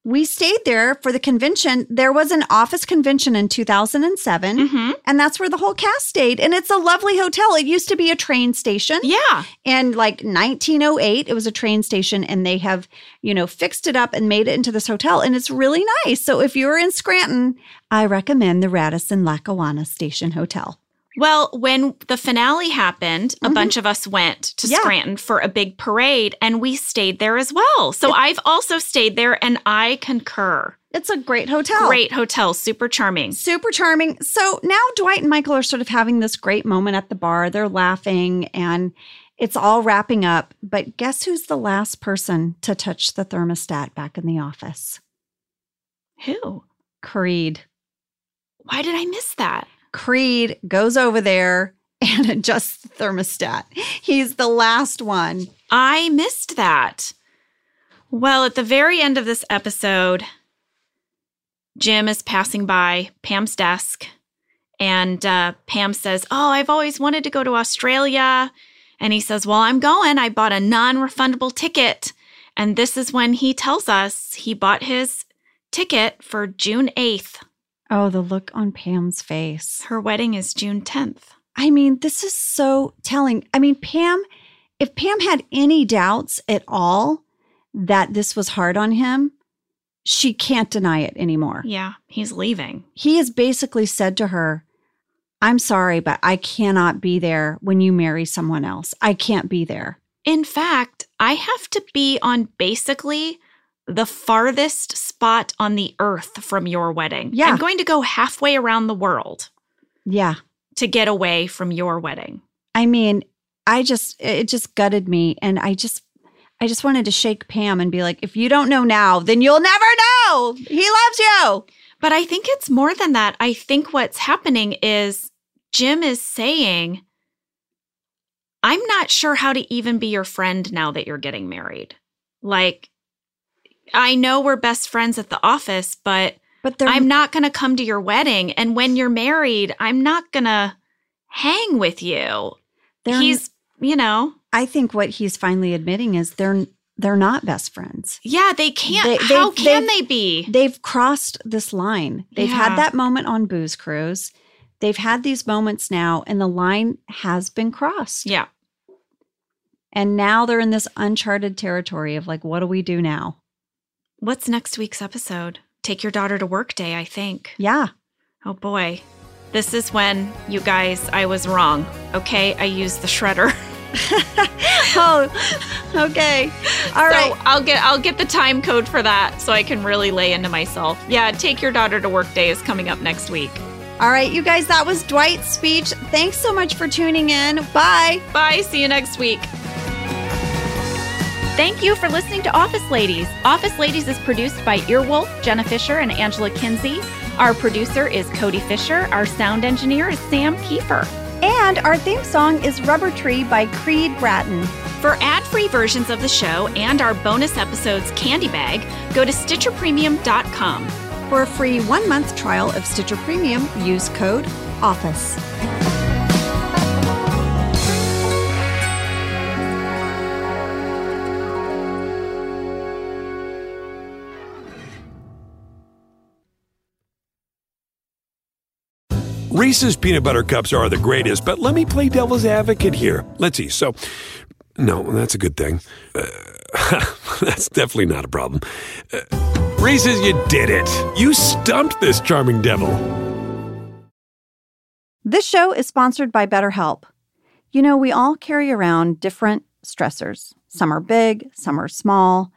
S1: We stayed there for the convention. There was an office convention in 2007,
S5: hmm
S1: and that's where the whole cast stayed. And it's a lovely hotel. It used to be a train station.
S5: yeah.
S1: And like 1908, it was a train station, and they have, you know, fixed it up and made it into this hotel. And it's really nice. So if you're in Scranton, I recommend the Radisson Lackawanna Station Hotel.
S5: Well, when the finale happened, a
S1: Mhm.
S5: bunch of us went to
S1: Yeah.
S5: Scranton for a big parade and we stayed there as well. So I've also stayed there and I concur.
S1: It's a great hotel.
S5: Great hotel, super charming.
S1: Super charming. So now Dwight and Michael are sort of having this great moment at the bar. They're laughing and it's all wrapping up. But guess who's the last person to touch the thermostat back in the office?
S5: Who?
S1: Creed.
S5: Why did I miss that?
S1: Creed goes over there and [laughs] adjusts the thermostat. He's the last one.
S5: I missed that. Well, at the very end of this episode, Jim is passing by Pam's desk, and uh, Pam says, Oh, I've always wanted to go to Australia. And he says, Well, I'm going. I bought a non refundable ticket. And this is when he tells us he bought his ticket for June 8th.
S1: Oh, the look on Pam's face.
S5: Her wedding is June 10th.
S1: I mean, this is so telling. I mean, Pam, if Pam had any doubts at all that this was hard on him, she can't deny it anymore.
S5: Yeah, he's leaving.
S1: He has basically said to her, I'm sorry, but I cannot be there when you marry someone else. I can't be there.
S5: In fact, I have to be on basically the farthest spot on the earth from your wedding.
S1: Yeah.
S5: I'm going to go halfway around the world
S1: Yeah.
S5: to get away from your wedding.
S1: I mean, I just it just gutted me and I just I just wanted to shake Pam and be like, if you don't know now, then you'll never know. He loves you.
S5: But I think it's more than that. I think what's happening is Jim is saying, I'm not sure how to even be your friend now that you're getting married. Like, I know we're best friends at the office, but
S1: But they're
S5: I'm not going to come to your wedding. And when you're married, I'm not going to hang with you.
S1: they're
S5: He's, you know,
S1: I think what he's finally admitting is they're they're not best friends.
S5: yeah, they can't.
S1: They-
S5: how
S1: they've-
S5: can
S1: they've-
S5: they be?
S1: They've crossed this line. They've
S5: Yeah.
S1: had that moment on Booze Cruise. They've had these moments now and the line has been crossed.
S5: yeah.
S1: And now they're in this uncharted territory of like what do we do now?
S5: What's next week's episode? Take your daughter to work day, I think. [laughs]
S1: Yeah.
S5: Oh boy. This is when, you guys, I was wrong. Okay, I used the shredder. [laughs]
S1: Oh. Okay. All
S5: so
S1: right.
S5: I'll get I'll get the time code for that so I can really lay into myself. Yeah, take your daughter to work day is coming up next week.
S1: All right, you guys, that was Dwight's speech. Thanks so much for tuning in. Bye.
S5: Bye, see you next week.
S8: Thank you for listening to Office Ladies. Office Ladies is produced by Earwolf, Jenna Fisher, and Angela Kinsey. Our producer is Cody Fisher. Our sound engineer is Sam Kiefer.
S1: And our theme song is Rubber Tree by Creed Bratton.
S5: For ad-free versions of the show and our bonus episodes Candy Bag, go to stitcherpremium.com.
S1: For a free one month trial of Stitcher Premium, use code OFFICE.
S9: Reese's peanut butter cups are the greatest, but let me play devil's advocate here. Let's see. So, no, that's a good thing. Uh, [laughs] that's definitely not a problem. Uh, Reese's, you did it. You stumped this charming devil.
S10: This show is sponsored by BetterHelp. You know, we all carry around different stressors. Some are big, some are small.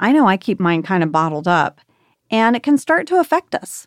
S10: I know I keep mine kind of bottled up, and it can start to affect us.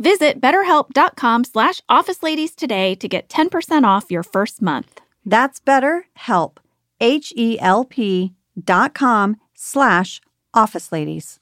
S8: Visit betterhelp.com slash officeladies today to get 10% off your first month.
S10: That's BetterHelp, H E L P dot com slash office ladies.